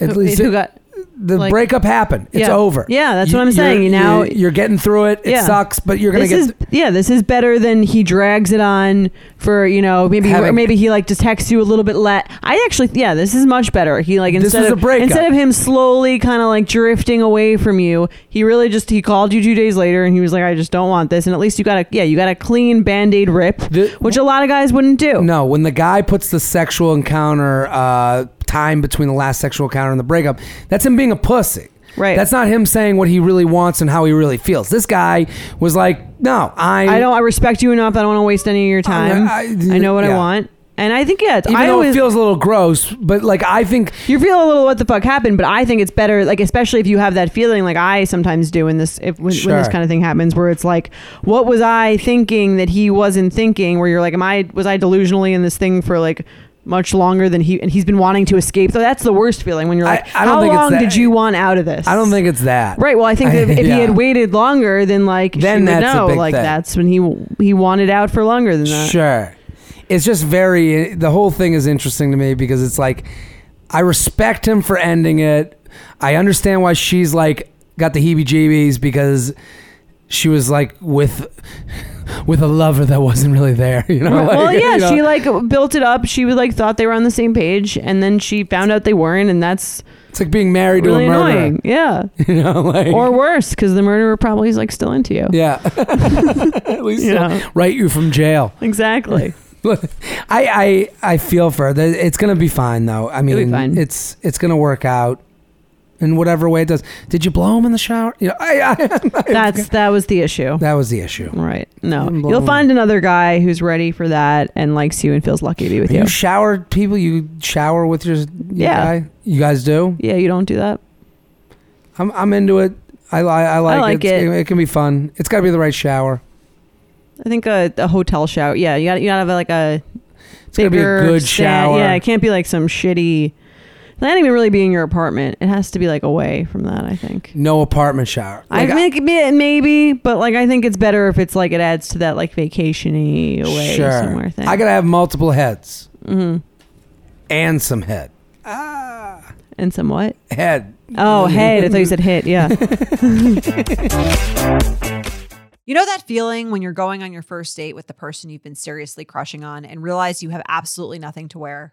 At
Who-
least
who
it-
got
the
like-
breakup happened. It's
Yeah.
over.
Yeah, that's what I'm saying.
you're-
Now-
you're, you're getting through it. It
Yeah.
sucks, but you're gonna
this
get.
is yeah this is better than he drags it on for you know maybe
Having-
or maybe he like just texts you a little bit let i actually yeah this is much better he like
This
instead
was
of
a breakup.
instead of him slowly kind of like drifting away from you he really just he called you two days later and he was like i just don't want this and at least you got a yeah you got a clean band-aid rip
The-
which a lot of guys wouldn't do
No, when the guy puts the sexual encounter uh, time between the last sexual encounter and the breakup, that's him being a pussy.
Right.
That's not him saying what he really wants and how he really feels. This guy was like, "No, I,
i don't i respect you enough i don't want to waste any of your time
I-
i,
I-
know what
yeah.
i want and i think yeah it's,
Even
i
though
always
it feels a little gross, but like I think
you feel a little what the fuck happened, but I think it's better, like especially if you have that feeling, like I sometimes do in this if, when, when
Sure.
this kind of thing happens, where it's like, what was I thinking that he wasn't thinking? Where you're like, am I was I delusionally in this thing for like much longer than he and he's been wanting to escape? So that's the worst feeling when you're
I-
like,
I don't
how
think it's
long
that-
did you want out of this?
I don't think it's that.
Right. Well, I
*laughs*
think that if, if
Yeah.
he had waited longer, then like
Then
she would
that's a
know,
big
like
thing.
that's when he he wanted out for longer than that.
Sure. It's just very the whole thing is interesting to me because it's like I respect him for ending it. I understand why she's like got the heebie-jeebies because she was like with *laughs* with a lover that wasn't really there, you know.
Right. well,
*laughs* like,
yeah,
you know?
she like built it up. She was like thought they were on the same page, and then she found out they weren't, and that's
it's like being married
really
to a murderer,
annoying. Yeah,
*laughs* you know, like
or worse, because the murderer probably is like still into you.
yeah. *laughs* At least
You
they'll
know.
write you from jail. *laughs*
Exactly.
Look, I, I I feel for her. It's gonna be fine though. I mean,
be fine.
it's it's gonna work out in whatever way it does. Did you blow him in the shower? You know, I, I, *laughs*
That's that was the issue.
that was the issue.
Right. No,
Mm, blah,
you'll
blah.
find another guy who's ready for that and likes you and feels lucky to be with
You
you.
shower people. You shower with your, your
Yeah.
guy? You guys do.
yeah, you don't do that.
I'm I'm into it. I li- I like,
like
It's-
it.
It can be fun. It's got to be the right shower.
I think a, a hotel shower. Yeah, you got you gotta have like a
It's gotta be a good shower.
Yeah, it can't be like some shitty. Not even really be in your apartment. It has to be like away from that. I think.
No apartment shower. Like,
I think may- maybe, but like I think it's better if it's like it adds to that like vacationy away
sure.
somewhere Mm-hmm. thing.
I gotta have multiple heads
Mhm.
and some head.
and some what?
Head. *laughs*
Oh, head. I thought you said hit. Yeah.
You know that feeling when you're going on your first date with the person you've been seriously crushing on and realize you have absolutely nothing to wear?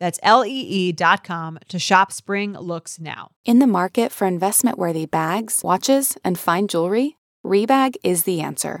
That's E lee.com to shop spring looks now.
In the market for investment worthy bags, watches, and fine jewelry, Rebag is the answer.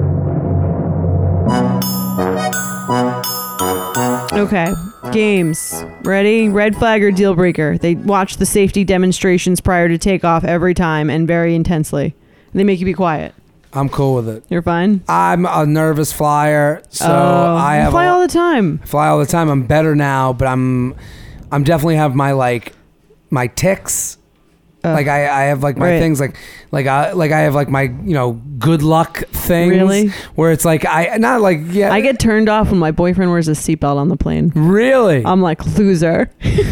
Okay. Games. Ready? Red flag or deal breaker. They watch the safety demonstrations prior to takeoff every time and very intensely. They make you be quiet.
I'm cool with it.
You're fine.
I'm a nervous flyer, so
Oh,
Uh, I
you
have
fly
a-
all the time.
fly all the time. I'm better now, but I'm I'm definitely have my like my ticks. like I, I have like my
right.
things like like I like I have like my you know good luck things
Really?
where it's like I not like yeah
I get turned off when my boyfriend wears a seatbelt on the plane.
really
I'm like loser. *laughs*
no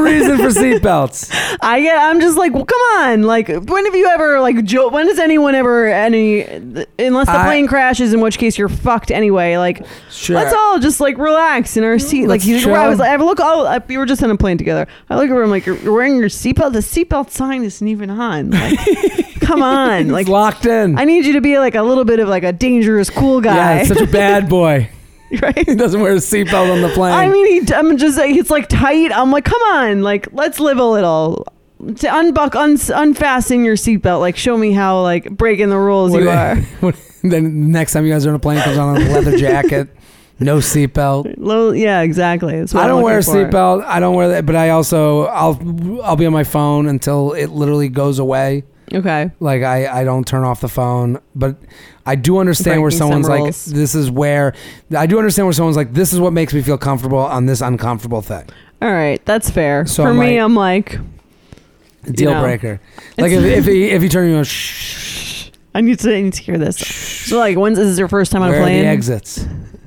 reason for seatbelts
I get. I'm just like, well, come on. Like, when have you ever like? Jo- when has anyone ever any? Unless the
I-
plane crashes, in which case you're fucked anyway. Like,
Sure.
let's all just like relax in our seat. Like,
Let's
you I was
chill.
like, I look. Oh, I, we were just on a plane together. I look over. I'm like, you're, you're wearing your seatbelt. The seatbelt sign isn't even on. Like,
*laughs*
come on. Like,
like locked in
I need you to be like a little bit of like a dangerous cool
yeah
guy, *laughs*
it's such a bad boy
right?
he doesn't wear a seatbelt on the plane
I mean, he, I'm just like, it's like tight. I'm like, come on, like let's live a little. To unbuck, un, unfasten your seatbelt. Like, show me how like breaking the rules you are.
*laughs* what- then next time you guys are on a plane comes on a leather jacket no seatbelt
Lo- yeah, exactly. That's what
I
I'm
don't wear a
looking for.
seatbelt. I don't wear that, but I also I'll I'll be on my phone until it literally goes away.
Okay,
Like I I don't turn off the phone, but I do understand where
Breaking some
someone's like
rules.
this is where I do understand where someone's like this is what makes me feel comfortable on this uncomfortable thing.
all right, that's fair.
So
for
I'm
me,
like-
I'm like,
Deal
know,
breaker.
*laughs*
Like if, if he if he turned you on, shh,
I need to, I need to hear this. So like, when's this is your first time on a
where are
plane?
the exits?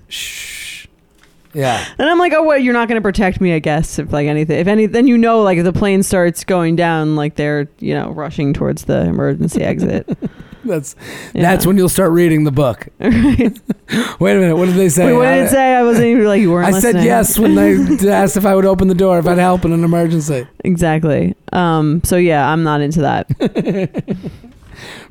Shh. Yeah.
And I'm like, oh, well, you're not going to protect me, I guess. If like anything, if any, then you know, like if the plane starts going down, like they're you know rushing towards the emergency exit. *laughs*
That's
Yeah.
that's when you'll start reading the book. Wait a minute. What did they say? Uh,
Wait, what did it say? I wasn't even like you weren't.
I said
listening.
yes when
*laughs*
they asked if I would open the door if I'd help in an emergency.
Exactly. Um, so yeah, I'm not into
*laughs*
that.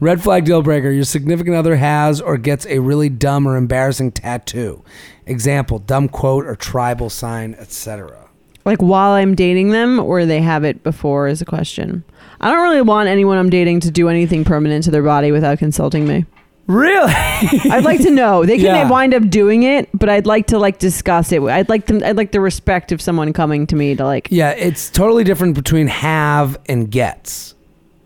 Red flag deal breaker. Your significant other has or gets a really dumb or embarrassing tattoo. Example, dumb quote or tribal sign, etc.
like while I'm dating them or they have it before is a question. I don't really want anyone I'm dating to do anything permanent to their body without consulting me.
Really?
I'd like to know. They can
*laughs* Yeah.
wind up doing it, but I'd like to like discuss it. I'd like them I'd like the respect of someone coming to me to like
yeah, it's totally different between have and gets.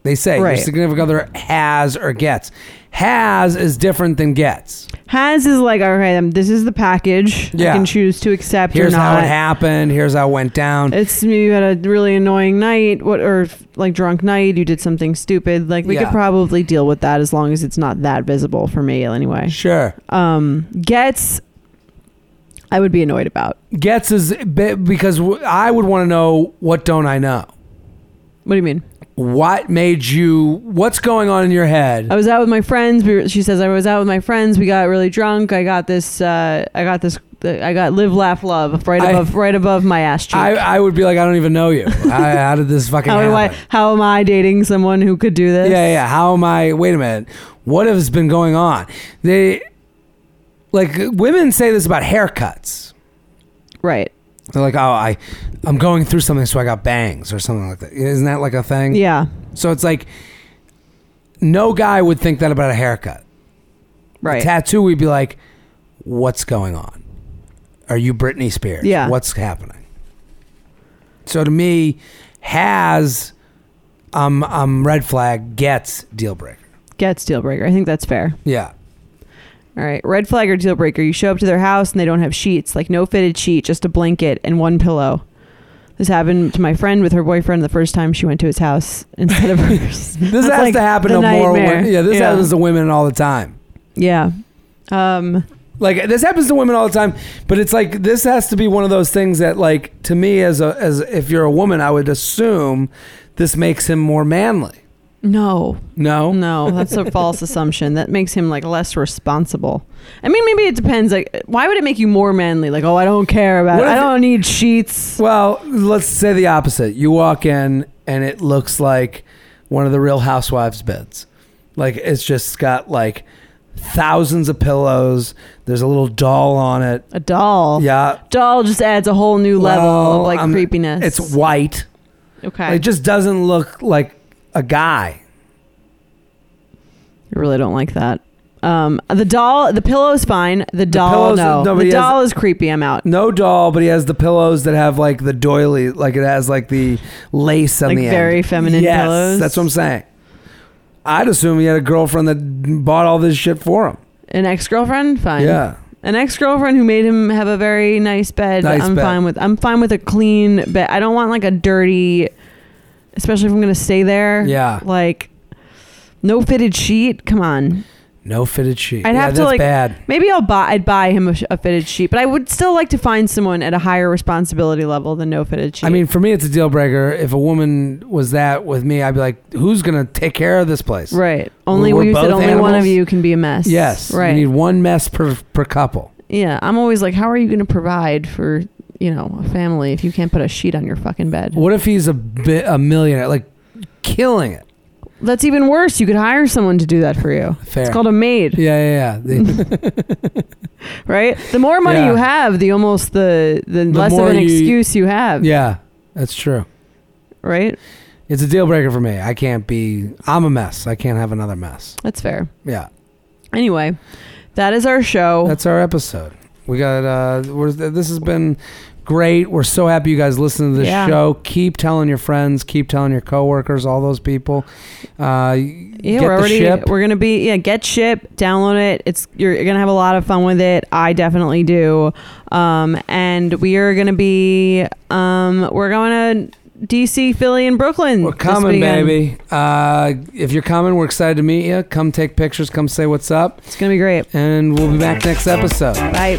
They say
Right.
your significant other has or gets. Has is different than gets.
has is like okay, um, this is the package.
Yeah.
I can choose to accept
Here's
or not.
how it happened. Here's how it went down.
It's you had a really annoying night, what or like drunk night. You did something stupid. Like we
Yeah.
could probably deal with that as long Uh as it's not that visible for me anyway.
sure.
Um, gets I would be annoyed about.
Gets is be- because w- I would want to know what don't I know?
What do you mean?
What made you? What's going on in your head?
I was out with my friends. We were, she says I was out with my friends. We got really drunk. I got this. Uh, I got this. I got live, laugh, love right
I-
above, right above my ass cheek.
I, I would be like, I don't even know
*laughs*
you. I, how did this fucking
how do I?
happen?
How am I dating someone who could do this?
Yeah, yeah. How am I? Wait a minute. What has been going on? They like women say this about haircuts.
Right.
They're like, oh, I, I'm going through something, so I got bangs or something like that. Isn't that like a thing?
Yeah.
So it's like, no guy would think that about a haircut.
Right.
Tattoo, we'd be like, what's going on? Are you Britney Spears?
Yeah.
What's happening? So to me, has, um, um, red flag gets deal breaker.
Gets deal breaker. I think that's fair.
Yeah.
All right. Red flag or deal breaker. You show up to their house and they don't have sheets, like no fitted sheet, just a blanket and one pillow. This happened to my friend with her boyfriend the first time she went to his house *laughs* instead
*laughs*
of hers.
This
That's
has
like
to happen
the
to more
nightmare.
women. Yeah, this
Yeah.
happens to women all the time.
Yeah. Um,
Like this happens to women all the time, but it's like this has to be one of those things that like to me as a as if you're a woman, I would assume this makes him more manly.
no,
No?
no, that's a false assumption. That makes him like less responsible. I mean, maybe it depends. Like, why would it make you more manly? Like, oh, I don't care about.
What
It. I
if it-
don't need sheets.
Well, let's say the opposite. You walk in and it looks like one of the real housewives beds. Like it's just got like thousands of pillows. There's a little doll on it.
A doll.
Yeah.
Doll just adds a whole new level
Well,
of like
I'm-
creepiness.
It's white.
okay.
It just doesn't look like a guy.
I really don't like that. Um, the doll, the pillow's fine. The doll,
pillow's-
no.
no, but
the
he has-
doll is creepy. I'm out.
No doll, but he has the pillows that have like the doily, like it has like the lace on
Like
the end.
very feminine
yes,
pillows?
That's what I'm saying. I'd assume he had a girlfriend that bought all this shit for him.
An ex girlfriend, fine.
Yeah.
An ex girlfriend who made him have a very nice bed.
Nice
I'm
bed.
fine with. I'm fine with a clean bed. I don't want like a dirty, especially if I'm gonna stay there.
Yeah.
Like, no fitted sheet. Come on.
No fitted sheet.
I'd
yeah,
have to,
that's
like-
bad.
Maybe I'll buy. I'd buy him a, sh- a fitted sheet, but I would still like to find someone at a higher responsibility level than no fitted sheet.
I mean, for me, it's a deal breaker. If a woman was that with me, I'd be like, "Who's gonna take care of this place?"
Right. Only
We're
we said
both
only one of
animals?
you can be a mess.
Yes.
Right.
You need one mess per per couple.
yeah. I'm always like, how are you going to provide for you know a family if you can't put a sheet on your fucking bed?
What if he's a bi- a millionaire, like killing it?
That's even worse. You could hire someone to do that for you.
Fair.
It's called a maid,
yeah, yeah, yeah.
*laughs*
The-
right? The more money
Yeah.
you have, the almost the the, less of
more
an
you-
excuse you have.
yeah, that's true.
Right.
It's a deal breaker for me. I can't be. I'm a mess. I can't have another mess.
That's fair.
Yeah,
Anyway, that is our show.
that's our episode. We got. uh we're, This has been great. We're so happy you guys listen to this
Yeah.
show. Keep telling your friends. Keep telling your coworkers. All those people. Uh,
yeah,
get
we're
the
already
ship.
we're gonna be yeah. Get ship, download it. It's you're, you're gonna have a lot of fun with it. I definitely do. Um, and we are gonna be um, we're going to DC, Philly, and Brooklyn.
We're
this
coming,
weekend.
baby. Uh, if you're coming, we're excited to meet you. Come take pictures. Come say what's up.
It's gonna be great.
And we'll be back next episode.
Bye.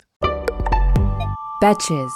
Betches.